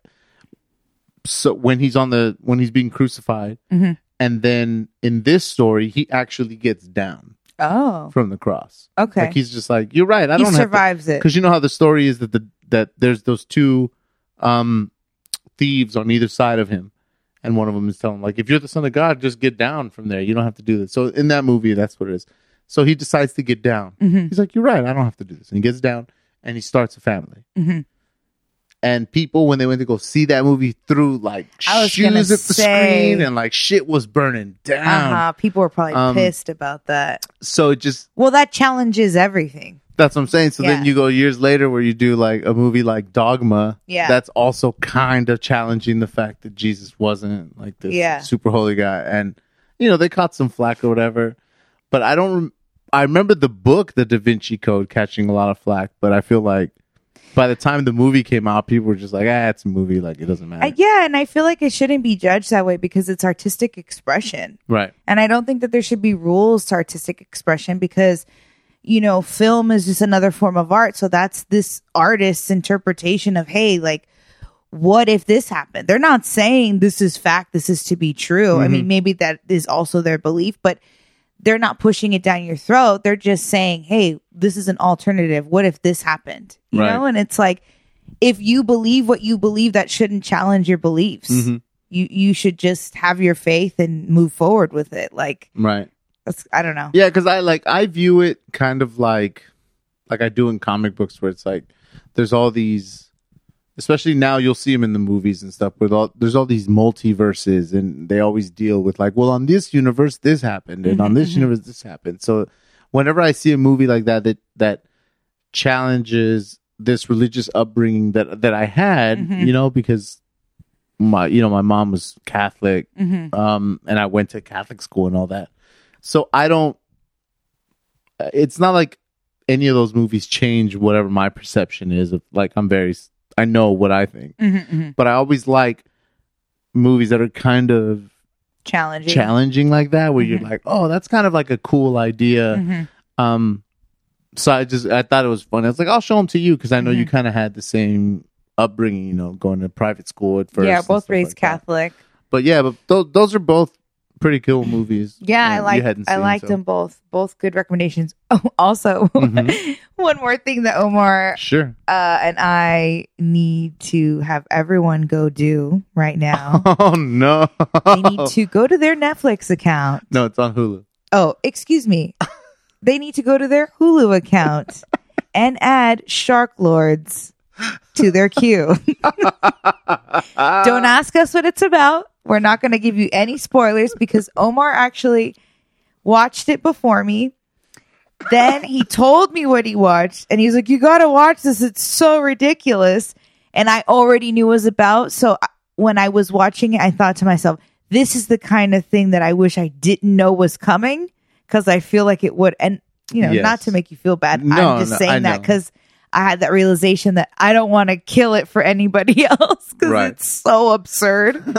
so when he's on the when he's being crucified. Mhm. And then in this story, he actually gets down Oh. from the cross. Okay. Like he's just like, you're right. I he don't have to survives it. because you know how the story is that the that there's those two um thieves on either side of him and one of them is telling him like if you're the son of god just get down from there you don't have to do this so in that movie that's what it is so he decides to get down Mhm. he's like you're right i don't have to do this and he gets down and he starts a family Mhm. and people when they went to go see that movie threw like I was shoes gonna at the say- screen and like shit was burning down Uh-huh. People were probably Um, pissed about that. so it just Well, that challenges everything. That's what I'm saying. So then Yeah. you go years later where you do like a movie like Dogma. Yeah. That's also kind of challenging the fact that Jesus wasn't like this Yeah. super holy guy. And, you know, they caught some flack or whatever. But I don't, rem- I remember the book, The Da Vinci Code, catching a lot of flack. But I feel like by the time the movie came out, people were just like, ah, it's a movie. Like, it doesn't matter. I, yeah, and I feel like it shouldn't be judged that way because it's artistic expression. right. And I don't think that there should be rules to artistic expression because, you know, film is just another form of art. So that's this artist's interpretation of, hey, like, what if this happened? They're not saying this is fact, this is to be true. I Mm-hmm. mean, maybe that is also their belief, but they're not pushing it down your throat. They're just saying, hey, this is an alternative. What if this happened? You Right. know, and it's like, if you believe what you believe, that shouldn't challenge your beliefs Mhm. you you should just have your faith and move forward with it like Right. that's i don't know Yeah, because I like I view it kind of like like I do in comic books, where it's like there's all these, especially now you'll see them in the movies and stuff. With all there's all these multiverses, and they always deal with like, well, on this universe this happened, and on this universe this happened. So whenever I see a movie like that that that challenges this religious upbringing that that I had, you know, because my you know my mom was Catholic, um, and I went to Catholic school and all that. So I don't. uh, It's not like any of those movies change whatever my perception is of. Like I'm very, s- I know what I think, Mm. but I always like movies that are kind of challenging challenging like that, where Mm-hmm. you're like, oh, that's kind of like a cool idea. Um, so I just I thought it was funny. I was like, I'll show them to you because I know you Mm-hmm. kind of had the same upbringing, you know, going to private school at first. yeah and both stuff like raised that. catholic But yeah, but th- those are both pretty cool movies. yeah i that you like hadn't i seen, liked so- them both both good recommendations oh also Mhm. one more thing that omar Sure. uh and i need to have everyone go do right now Oh no. they need to go to their netflix account No, it's on Hulu. Oh, excuse me. they need to go to their Hulu account and add Shark Lords to their queue. Don't ask us what it's about. We're not going to give you any spoilers because Omar actually watched it before me. Then he told me what he watched, and he's like, "You got to watch this. It's so ridiculous." And I already knew what it was about. So I- when I was watching it, I thought to myself, "This is the kind of thing that I wish I didn't know was coming because I feel like it would." And you know, Yes. not to make you feel bad. No, I'm just no, I saying that know. because I had that realization that I don't want to kill it for anybody else because Right. it's so absurd.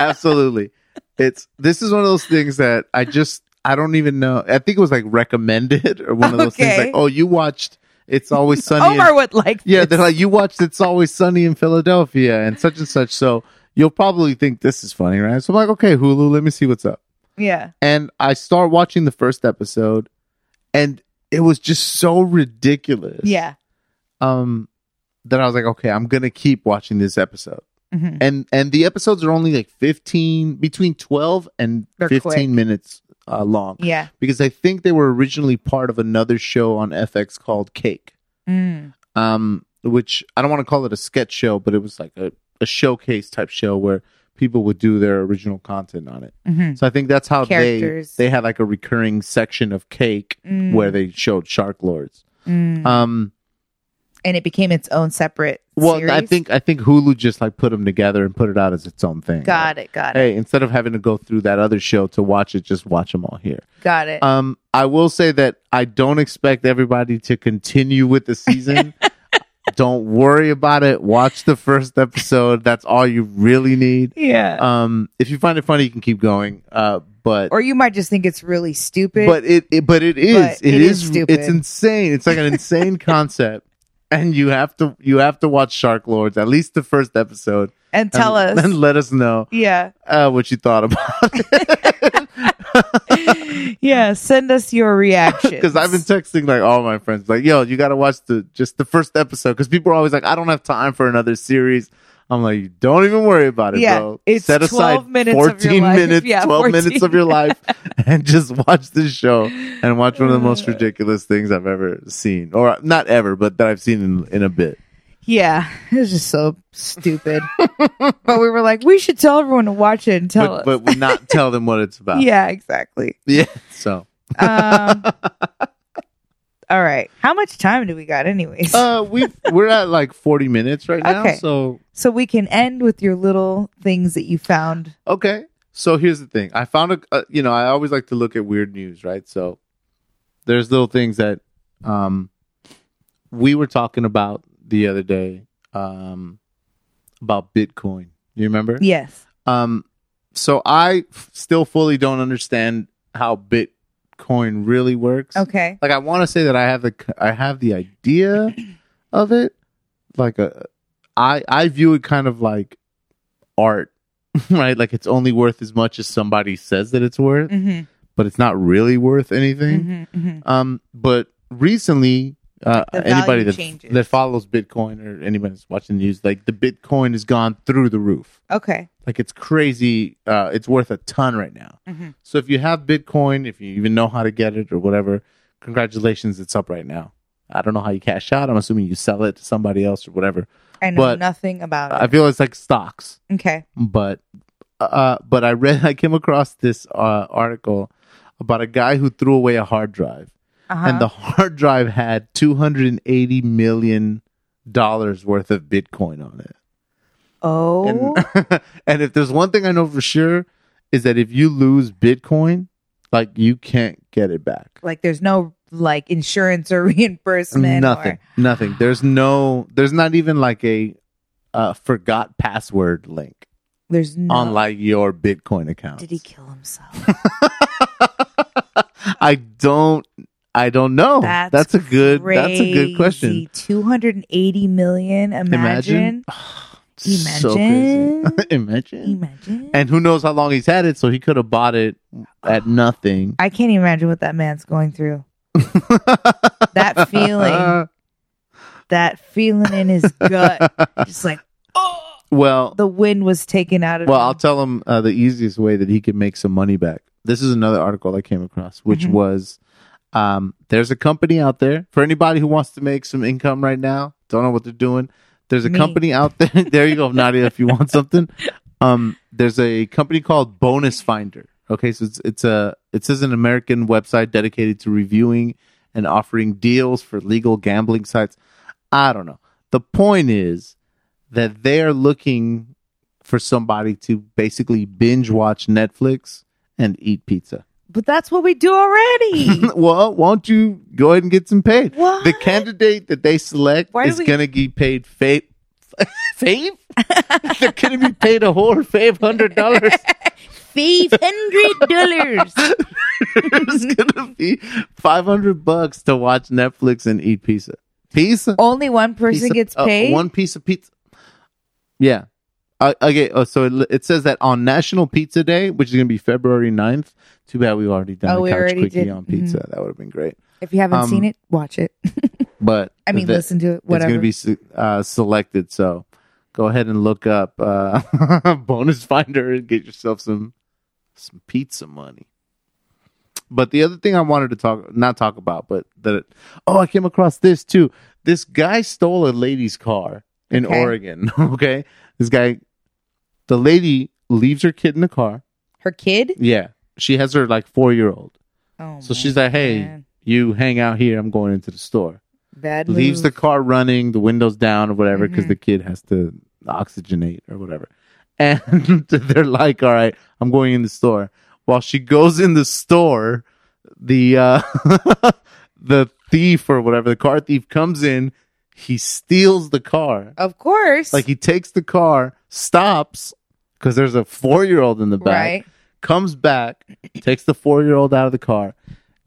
Absolutely. It's this is one of those things that I just I don't even know. I think it was like recommended or one of those things Okay. like, oh, you watched It's Always Sunny. in- Omar would like. yeah, this. they're like, you watched It's Always Sunny in Philadelphia and such and such. So you'll probably think this is funny, right? So I'm like, okay, Hulu, let me see what's up. yeah. and I start watching the first episode, and it was just so ridiculous. Yeah. Um, that I was like, okay, I'm gonna keep watching this episode, Mhm. and and the episodes are only like 15, between 12 and They're 15 quick. minutes uh, long. Yeah. Because I think they were originally part of another show on FX called Cake, Mm. um, which I don't want to call it a sketch show, but it was like a, a showcase type show where people would do their original content on it. Mhm. So I think that's how Characters. they they had like a recurring section of cake Mm. where they showed shark lords. Mm. Um and it became its own separate. well series? I think I think Hulu just like put them together and put it out as its own thing. Got Like, it. Got it. Hey, instead of having to go through that other show to watch it, just watch them all here. Got it. Um I will say that I don't expect everybody to continue with the season. Don't worry about it. Watch the first episode. That's all you really need. yeah. Um, if you find it funny, you can keep going. Uh, but or you might just think it's really stupid. but it, it but it is But it it is is, stupid. it's insane. It's like an insane concept, and you have to you have to watch Shark Lords at least the first episode. and tell and, us. um, and let us know yeah. uh, what you thought about it. yeah. Send us your reaction. Because I've been texting like all my friends, like, "Yo, you gotta watch the just the first episode." Because people are always like, "I don't have time for another series." I'm like, "Don't even worry about it, Yeah, bro. it's 12 minutes of your life. minutes, Yeah, twelve 14. minutes of your life, and just watch this show and watch one of the Uh. most ridiculous things I've ever seen, or not ever, but that I've seen in, in a bit." Yeah, it was just so stupid. but we were like, we should tell everyone to watch it and tell But, us. but we not tell them what it's about. yeah, exactly. yeah. So Um, all right. How much time do we got, anyways? uh, we we're at like forty minutes right now. Okay. So so we can end with your little things that you found. Okay. So here's the thing. I found a, uh, you know, I always like to look at weird news, right? So there's little things that um we were talking about the other day um about Bitcoin. You remember? Yes. Um so I f- still fully don't understand how Bitcoin really works. Okay. Like I want to say that I have the c- I have the idea of it. Like a I I view it kind of like art, right? Like it's only worth as much as somebody says that it's worth, Mm-hmm, but it's not really worth anything. mm-hmm, mm-hmm. Um, but recently, uh, The value anybody that changes. that follows Bitcoin or anybody that's watching the news, like the Bitcoin has gone through the roof. Okay. Like it's crazy. Uh, it's worth a ton right now. Mhm. So if you have Bitcoin, if you even know how to get it or whatever, congratulations, it's up right now. I don't know how you cash out. I'm assuming you sell it to somebody else or whatever. I know But nothing about I it. feel it's like stocks okay. but uh, but I read I came across this uh, article about a guy who threw away a hard drive, Uh-huh. and the hard drive had two hundred and eighty million dollars worth of Bitcoin on it. oh. And, and if there's one thing I know for sure is that if you lose Bitcoin, like you can't get it back. like there's no like insurance or reimbursement. nothing, Or, nothing. There's no, there's not even like a uh, forgot password link there's no. on like your Bitcoin account. Did he kill himself? I don't I don't know. That's, a good that's a good question. Two hundred and eighty million. Imagine. Imagine. So crazy. Imagine. imagine. Imagine. And who knows how long he's had it, so he could have bought it at nothing. I can't even imagine what that man's going through. That feeling, that feeling in his gut, just like well the wind was taken out of. well him. I'll tell him uh, the easiest way that he could make some money back. This is another article I came across, which Mhm. was um, there's a company out there for anybody who wants to make some income right now, don't know what they're doing. There's a Me. company out there. there you go, Nadia, if you want something. Um, there's a company called Bonus Finder. Okay, so it's it's a it says an American website dedicated to reviewing and offering deals for legal gambling sites. I don't know. The point is that they are looking for somebody to basically binge watch Netflix and eat pizza. but that's what we do already. well, won't you go ahead and get some paid? What? The candidate that they select Why do is we- gonna get paid fave. fave? They're gonna be paid a whole five hundred dollars. Five hundred dollars. There's gonna be five hundred bucks to watch Netflix and eat pizza. Pizza. Only one piece person of- gets uh, paid. one piece of pizza. Yeah. Uh, okay. Oh, so it, li- it says that on National Pizza Day, which is going to be February 9th. Too bad we've already done Oh, a we couch already quickie did. on pizza. That would have been great. if you haven't um, seen it, watch it. But I mean, the- listen to it. Whatever. It's going to be se- uh, selected. So go ahead and look up uh, Bonus Finder and get yourself some some pizza money. But the other thing I wanted to talk not talk about, but that oh, I came across this too. This guy stole a lady's car in Okay. Oregon. okay, this guy, the lady leaves her kid in the car. Her kid. Yeah, she has her like four year old. Oh, So she's like, "Hey, man. you hang out here. I'm going into the store." bad. leaves the move. car running, the windows down or whatever, because Mhm. the kid has to oxygenate or whatever. And they're like, "All right, I'm going in the store." While she goes in the store, the uh, the thief or whatever, the car thief comes in. He steals the car. Of course. Like he takes the car, stops because there's a four year old in the back, right. comes back, takes the four year old out of the car,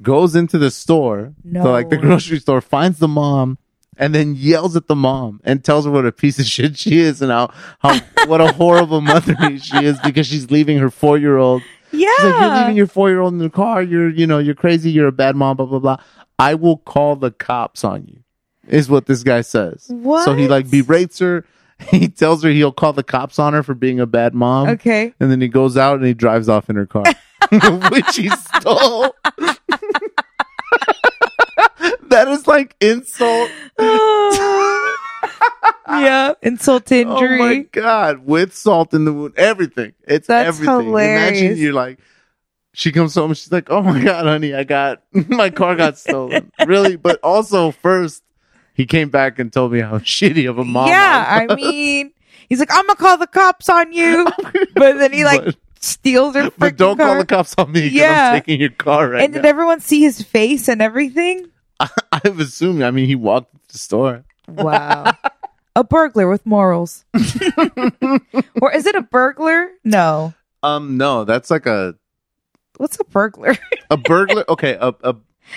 goes into the store, No. to like the grocery store, finds the mom, and then yells at the mom and tells her what a piece of shit she is and how, how what a horrible mother she is because she's leaving her four year old Yeah. She's like, you're leaving your four year old in the car. You're, you know, you're crazy. You're a bad mom. Blah blah blah. I will call the cops on you. Is what this guy says. So he What? like berates her. He tells her he'll call the cops on her for being a bad mom. okay. And then he goes out and he drives off in her car, which he stole. that is like insult. Oh. yeah. Insult to injury. Oh my god! With salt in the wound, everything. It's That's everything. Imagine hilarious. you're like, she comes home. She's like, "Oh my god, honey, I got my car got stolen." really, but also first, he came back and told me how shitty of a mom. yeah, I mean, he's like, I'm gonna call the cops on you, but then he like But- steals her. was. but freaking don't car. call the cops on me. 'cause Yeah. I'm taking your car right And did now. everyone see his face and everything? I've assumed. I mean, he walked to the store. Wow, a burglar with morals, or is it a burglar? No, Um, no, that's like a what's a burglar? a burglar. okay, a a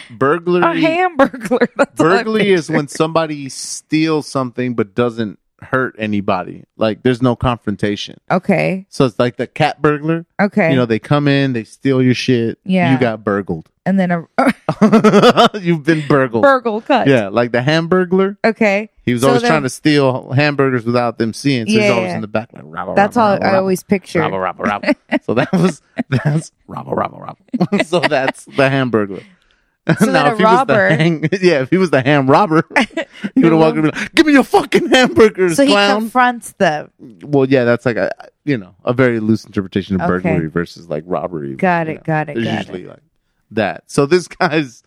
burglary. a hamburglar. That's all I Burglary is picture. when somebody steals something but doesn't hurt anybody. Like there's no confrontation. Okay, So it's like the cat burglar. okay, You know, they come in, they steal your shit. Yeah. You got burgled. and then a You've been burgled. burgle cut. oh. yeah, like the hamburglar. Okay, He was So always then- trying to steal hamburgers without them seeing. So Yeah, he's always yeah. in the back like rabble, that's all rabble, I rabble, always picture. rabble, rabble, rabble. So that was that's rabble, rabble, rabble. so that's the hamburglar. So then a he was the robber- hang- yeah, if he was the ham robber, he would have walked in and be like, "Give me your fucking hamburgers, So he clown." confronts them. well, yeah, that's like a you know a very loose interpretation of Okay. burglary versus like robbery. Got you it, know. got it, There's got it. usually like that. So this guy's,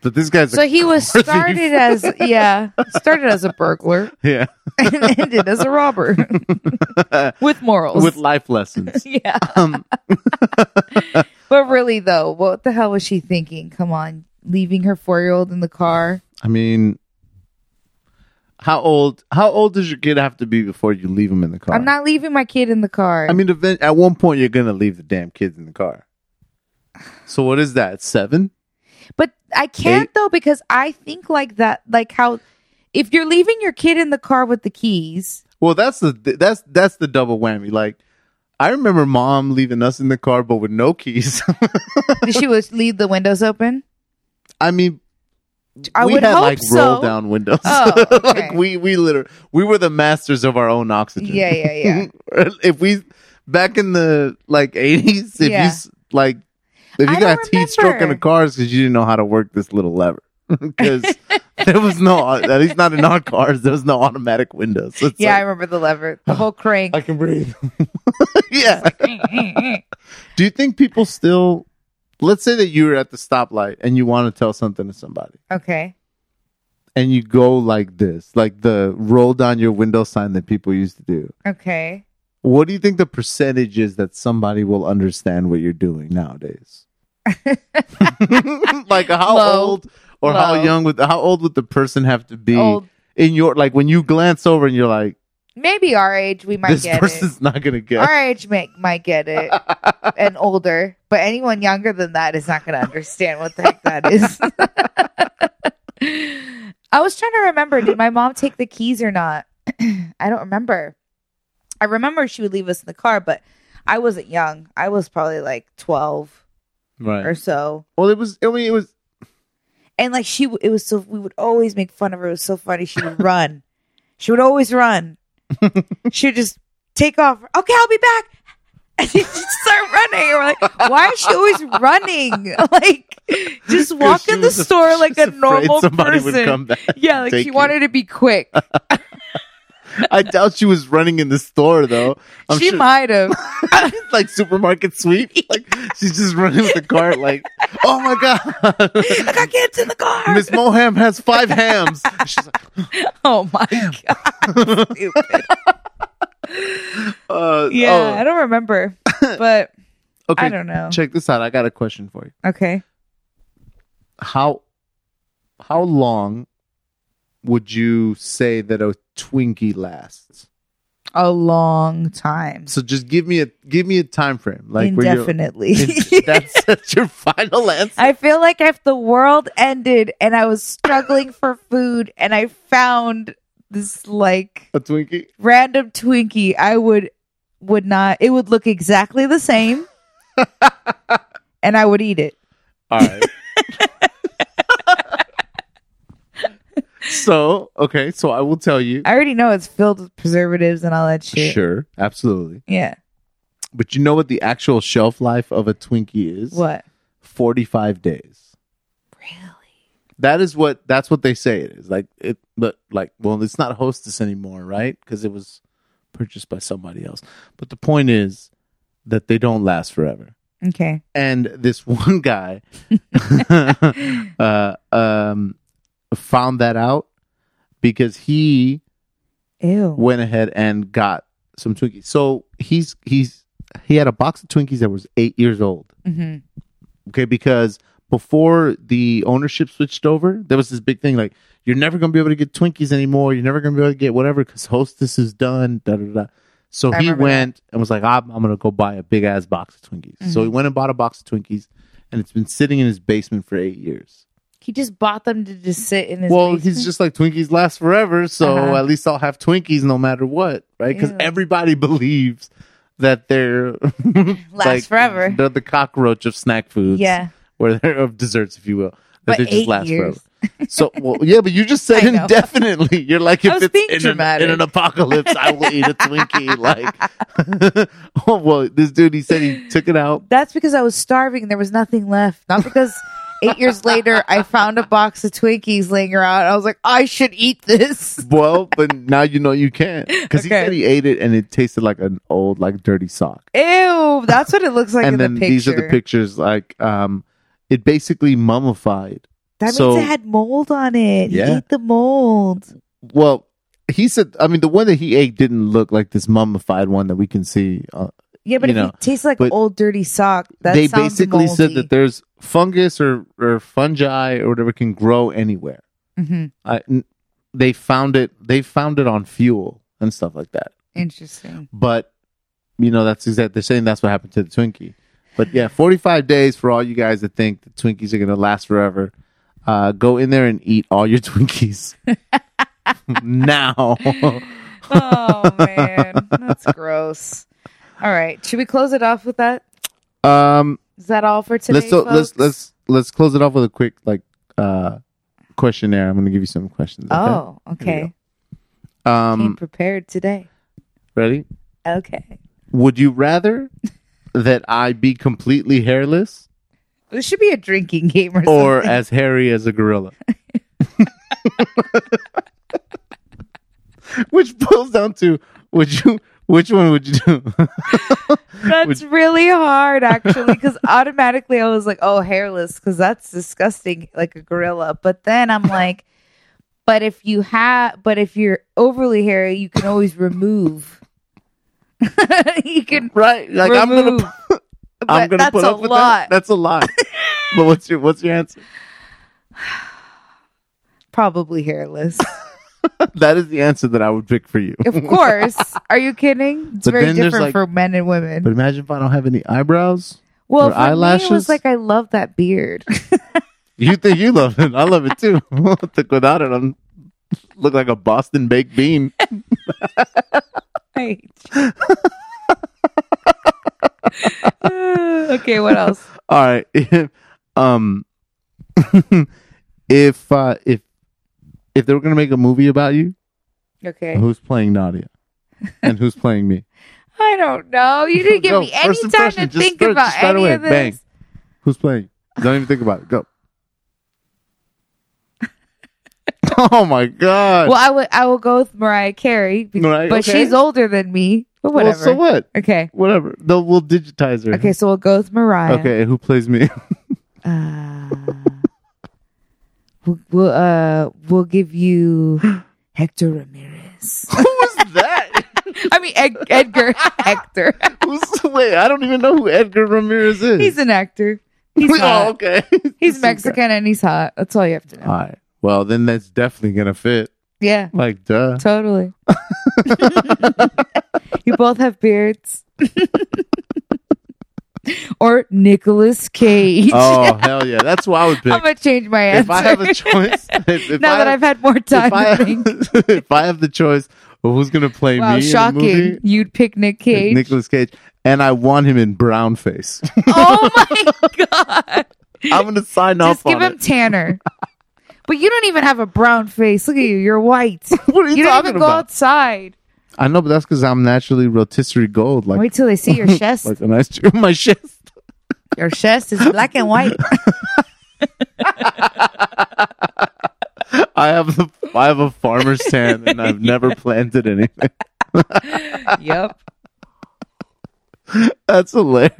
but this guy's. So a he was car thief. started as yeah, started as a burglar yeah, and ended as a robber with morals. with life lessons. yeah, Um, but really though, what the hell was she thinking? Come on, leaving her four year old in the car. I mean, how old? How old does your kid have to be before you leave him in the car? I'm not leaving my kid in the car. I mean, event- at one point you're gonna leave the damn kids in the car. So what is that? Seven? but I can't though because I think like that, like how if you're leaving your kid in the car with the keys, Well, that's the that's that's the double whammy. Like, I remember mom leaving us in the car, but with no keys. did she was leave the windows open. I mean, I we would had hope like so. roll down windows. Oh, okay. like we we literally we were the masters of our own oxygen. Yeah, yeah, yeah. if we back in the like eighties, if Yeah. you s- like if I you don't got a teeth stroke in the remember. cars because you didn't know how to work this little lever. Because there was no, at least not in our cars, there was no automatic windows. So it's Yeah, I like, remember the lever, the whole crank. I can breathe. yeah. Do you think people still, let's say that you were at the stoplight and you want to tell something to somebody okay. and you go like this, like the roll down your window sign that people used to do. Okay. What do you think the percentage is that somebody will understand what you're doing nowadays? like how Low. old or how Low. young would how old would the person have to be Old. in your like when you glance over and you're like Maybe our age we might this get it. person's not gonna get Our age might might get it, and older, but anyone younger than that is not going to understand what the heck that is. I was trying to remember: did my mom take the keys or not? I don't remember. I remember she would leave us in the car, but I wasn't young. I was probably like twelve or right. so, Well, it was I mean it was and like she, w- it was so we would always make fun of her. It was so funny. She would run. She would always run. she would just take off. Okay, I'll be back. And she'd just start running. And we're like, why is she always running? Like, just walk she in the was af- store she like was a afraid normal somebody person. Would come back yeah, and like take she you. wanted to be quick. I doubt she was running in the store though. I'm she sure, might have. like supermarket sweep. Like she's just running with the cart. Like, oh my god, I got kids in the car. Miss Moham has five hams. She's like, oh my god. Stupid. uh, Yeah, oh, I don't remember, but okay, I don't know. Check this out. I got a question for you. Okay. How how long would you say that a Twinkie lasts? a long time. So just give me a give me a time frame, like where you're. indefinitely. that's, that's your final answer. I feel like if the world ended and I was struggling for food and I found this like a Twinkie. random Twinkie, I would would not it would look exactly the same and I would eat it. All right. so okay, so I will tell you. I already know it's filled with preservatives and all that shit. Sure, absolutely. Yeah. But you know what the actual shelf life of a Twinkie is? What? Forty-five days. That is what that's what they say it is. Like it, but like, well, it's not Hostess anymore, right? Because it was purchased by somebody else. But the point is that they don't last forever. Okay. and this one guy uh, um, found that out because he Ew. went ahead and got some Twinkies. So he's he's he had a box of Twinkies that was eight years old. hmm Okay, because before the ownership switched over, there was this big thing like you're never gonna be able to get Twinkies anymore. You're never gonna be able to get whatever because Hostess is done. Da da da. So I he remember that. went and was like, I'm, I'm gonna go buy a big ass box of Twinkies. So he Mm-hmm. went and bought a box of Twinkies, and it's been sitting in his basement for eight years. He just bought them to just sit in his well, basement? he's just like Twinkies last forever, so Uh-huh. at least I'll have Twinkies no matter what, right? Because Ew. everybody believes that they're last Last forever. They're the cockroach of snack foods Yeah. or they're of desserts, if you will. That But they just eight last years. forever. So, well, yeah, but you just said I know. indefinitely. You're like, I if was it's being in an, dramatic. in an apocalypse, I will eat a Twinkie. Like, oh, well, this dude, he said he took it out. That's because I was starving and there was nothing left. Not because eight years later I found a box of Twinkies laying around. I was like, I should eat this. Well, but now you know you can't. Because he Okay. said he ate it and it tasted like an old, like dirty sock. Ew, that's what it looks like in and then the picture. these are the pictures. Like, um, it basically mummified. that means so- it had mold on it. He Yeah. ate the mold. Well, he said, I mean, the one that he ate didn't look like this mummified one that we can see uh, Yeah, but You if know, it tastes like but old dirty sock, that they sounds basically said moldy. that there's fungus or, or fungi or whatever can grow anywhere. Mhm. I n they found it. They found it on fuel and stuff like that. Interesting. But you know that's exact. They're saying that's what happened to the Twinkie. But yeah, 45 days for all you guys that think the Twinkies are gonna last forever. Uh, go in there and eat all your Twinkies now. Oh man, that's gross. All right, should we close it off with that? um, Is that all for today? let's so, let's folks? let's let's close it off with a quick like uh questionnaire. I'm gonna give you some questions. okay? Oh, Here okay. Came Um, prepared today. ready? Okay. Would you rather that I be completely hairless This should be a drinking game or, or as hairy as a gorilla? which boils down to would you? Which one would you do? something. That's really hard, actually, because automatically I was like, oh, hairless, because that's disgusting, like a gorilla. But then I'm like, but if you have, but if you're overly hairy, you can always remove. you can right? Like I'm remove. gonna. I'm but gonna that's put a up with lot. that. That's a lot. but what's your what's your answer? Probably hairless. That is the answer that I would pick for you. Of course. Are you kidding? It's But very then there's, different like- for men and women. But imagine if I don't have any eyebrows. well, or for me, it was eyelashes? like I love that beard. You think you love it? I love it too. I think without it, I'm look like a Boston baked bean. Right. okay, what else? All right. If, um, if uh, if if they were gonna make a movie about you, Okay. who's playing Nadia, and who's playing me? I don't know. You didn't give Go. me any First time to impression, just think first, about just right any away. of this. Bang. Who's playing? Don't even think about it. Go. oh my god! Well, I would I will go with Mariah Carey, be- Right, but okay. she's older than me. But Well, whatever. so what? Okay. Whatever. Though we'll digitize her. Okay, so we'll go with Mariah. Okay. and Who plays me? Uh, we'll, we'll uh we'll give you Hector Ramirez. who was that? I mean Ed- Edgar Hector. Who's, wait, I don't even know who Edgar Ramirez is. He's an actor. He's oh, hot. okay. He's Mexican and he's hot. That's all you have to know. All right. Well, then that's definitely gonna fit. Yeah, Like, duh. totally. you both have beards. or Nicolas Cage. Oh hell yeah! That's what I would I'm pick. gonna change my answer. If I have a choice, if, if now I that I've had more time, if I, to think. if I have the choice of who's gonna play wow, me shocking! in the movie, You'd pick Nick Cage. Nicholas Cage, and I want him in brown face. oh my god! I'm gonna sign Just off give on him it. Tanner. but you don't even have a brown face. Look at you. You're white. What are you, You don't talking even go about? outside. I know, but that's because I'm naturally rotisserie gold, like Wait till they see your chest. like a nice my chest. Your chest is black and white. I have the I have a farmer's tan, and I've never planted anything. yep. That's hilarious.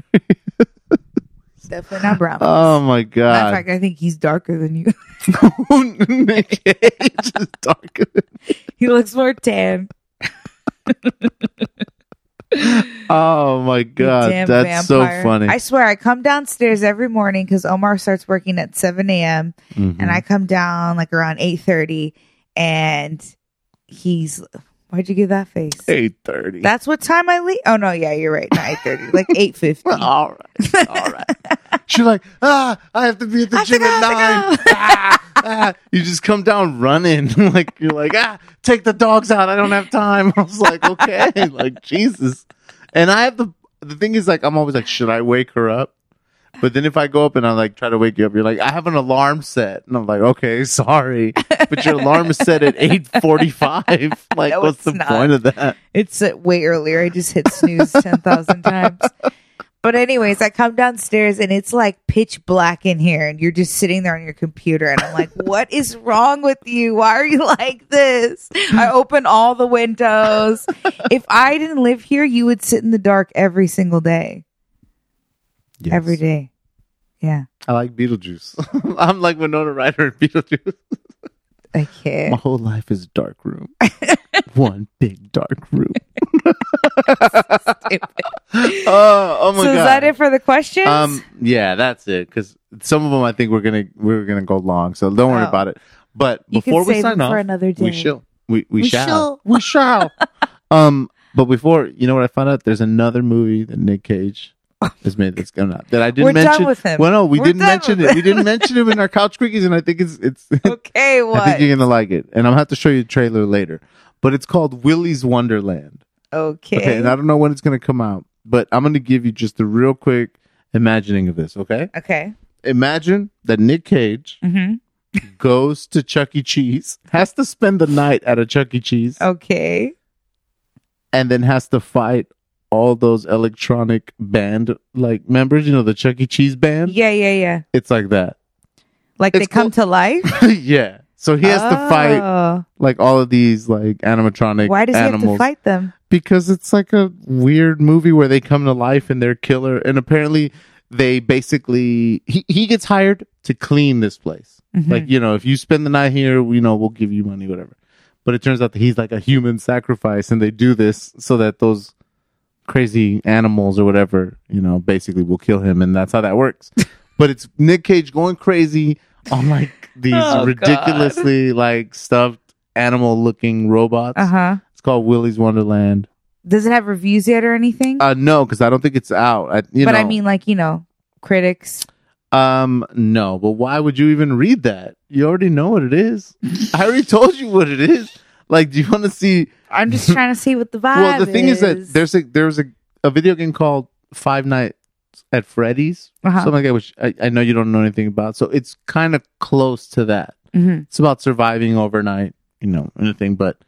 Definitely not brown. Oh my Matter of god! fact, I think he's darker than you. Nick Cage is darker. he looks more tan. Oh my You god, damn that's vampire. so funny. I swear, I come downstairs every morning because Omar starts working at 7 a.m. Mhm. and I come down like around 8.30 and he's, why'd you give that face? eight thirty. That's what time I leave. Oh, no, yeah, you're right. Not 8.30, like 8.50. all right, all right. She's like, ah, I have to be at the I gym at forgot, I nine. Ah, ah. You just come down running, like you're like, ah, take the dogs out. I don't have time. I was like, okay, like Jesus. And I have the the thing is like, I'm always like, should I wake her up? But then if I go up and I like try to wake you up, you're like, I have an alarm set, and I'm like, okay, sorry, but your alarm is set at eight forty five. Like, No, what's it's the not. point of that? It's uh, way earlier. I just hit snooze 10,000 times. But anyways, I come downstairs and it's like pitch black in here and you're just sitting there on your computer and I'm like, "What is wrong with you? Why are you like this?" I open all the windows. if I didn't live here, you would sit in the dark every single day. Every day. Yeah. I like Beetlejuice. I'm like Winona Ryder in Beetlejuice. I can't. My whole life is a dark room. One big dark room. oh, oh my so god. is that it for the questions? Um yeah, that's it cuz some of them I think we're going to we're going to go long. So don't worry Oh. about it. But you before can save we sign them for off, another day. we shall we, we, We shall. shall. we shall. um but before, you know what I found out there's another movie that Nick Cage has made that's going out that I didn't We're done mention. with him. Well, no, we We're didn't done mention with it. We didn't mention him in our couch quickies, and I think it's it's Okay, what? I think you're gonna like it, and I'm gonna have to show you the trailer later. But it's called Willy's Wonderland. okay. Okay, and I don't know when it's gonna come out, but I'm gonna give you just a real quick imagining of this. Okay, okay. imagine that Nick Cage Mhm. goes to Chuck E. Cheese, has to spend the night at a Chuck E. Cheese, Oh. Okay. and then has to fight all those electronic band like members. You know the Chuck E. Cheese band. Yeah, yeah, yeah. It's like that. Like It's they come cool. to life. yeah. So he has to fight Oh. like all of these like animatronic Why does animals. he have to fight them? because it's like a weird movie where they come to life and they're killer and apparently they basically he, he gets hired to clean this place Mm-hmm. like you know if you spend the night here you know we'll give you money whatever but it turns out that he's like a human sacrifice and they do this so that those crazy animals or whatever you know basically will kill him and that's how that works but it's nick cage going crazy on like these Oh, God. ridiculously like stuffed animal looking robots Uh-huh. Uh huh. it's called Willy's Wonderland. Does it have reviews yet or anything? Uh, no, because I don't think it's out. I, you but know, I mean, like you know, critics. um, no. But why would you even read that? You already know what it is. I already told you what it is. Like, do you want to see? I'm just trying to see what the vibe. Well, the thing is that there's a there's a, a video game called Five Nights at Freddy's, Uh-huh. something like that, which I, I know you don't know anything about. So it's kind of close to that. Mhm. It's about surviving overnight, you know, anything. But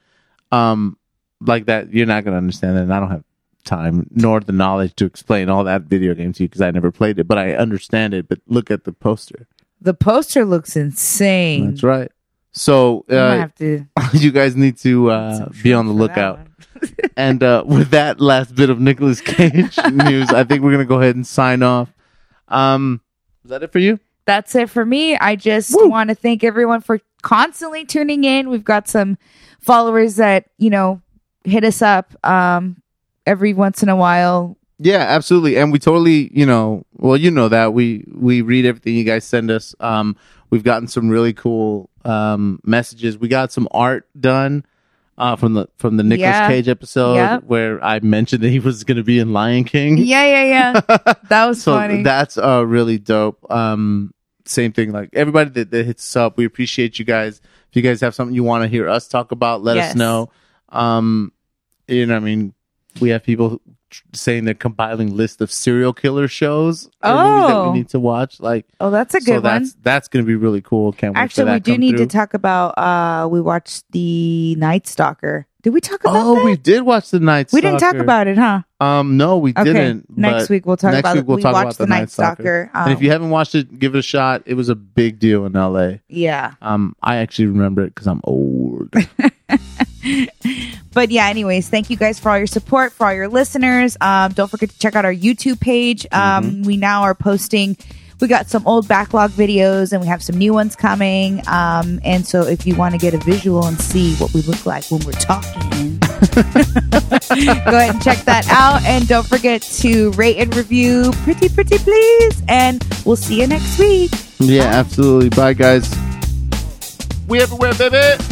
um, like that, you're not gonna understand that. And I don't have time nor the knowledge to explain all that video game to you because I never played it, but I understand it. But look at the poster. the poster looks insane. That's right. So I'm gonna uh, Mm. have to you guys need to get some uh, be shrimp on the for that lookout. one. And uh, with that last bit of Nicolas Cage news, I think we're gonna go ahead and sign off. Um, is that it for you? That's it for me. I just Woo. want to thank everyone for constantly tuning in. We've got some followers that you know hit us up um, every once in a while. Yeah, absolutely. And we totally, you know, well, you know that we we read everything you guys send us. Um, we've gotten some really cool um, messages. We got some art done uh, from the from the Nicolas Yeah. Cage episode Yeah. where I mentioned that he was going to be in Lion King. Yeah, yeah, yeah. That was so funny. that's uh, really dope. Um, same thing, like everybody that, that hits us up, we appreciate you guys. If you guys have something you want to hear us talk about, let us Yes. know. Um, you know, I mean, we have people who- saying they're compiling list of serial killer shows or movies that Oh. we need to watch. Like, oh, that's a good so one. that's that's going to be really cool. Can't wait for Actually, that we do come need to through. talk about. uh We watched the Night Stalker. Did we talk about Oh, that? we did watch the night. We didn't talk Stalker. about it, huh? Um, no, we Okay. didn't. next but- week we'll talk next about week it. we'll we talk watched about the Night Stalker. Um, and if you haven't watched it, give it a shot. It was a big deal in LA. yeah. Um, I actually remember it because I'm old. But yeah, anyways, thank you guys for all your support, for all your listeners. Um, don't forget to check out our YouTube page. Um, We now are posting. We got some old backlog videos, and we have some new ones coming. Um, and so, if you want to get a visual and see what we look like when we're talking, go ahead and check that out. And don't forget to rate and review, pretty, pretty, please. And we'll see you next week. yeah, absolutely. Bye, guys. We everywhere, baby.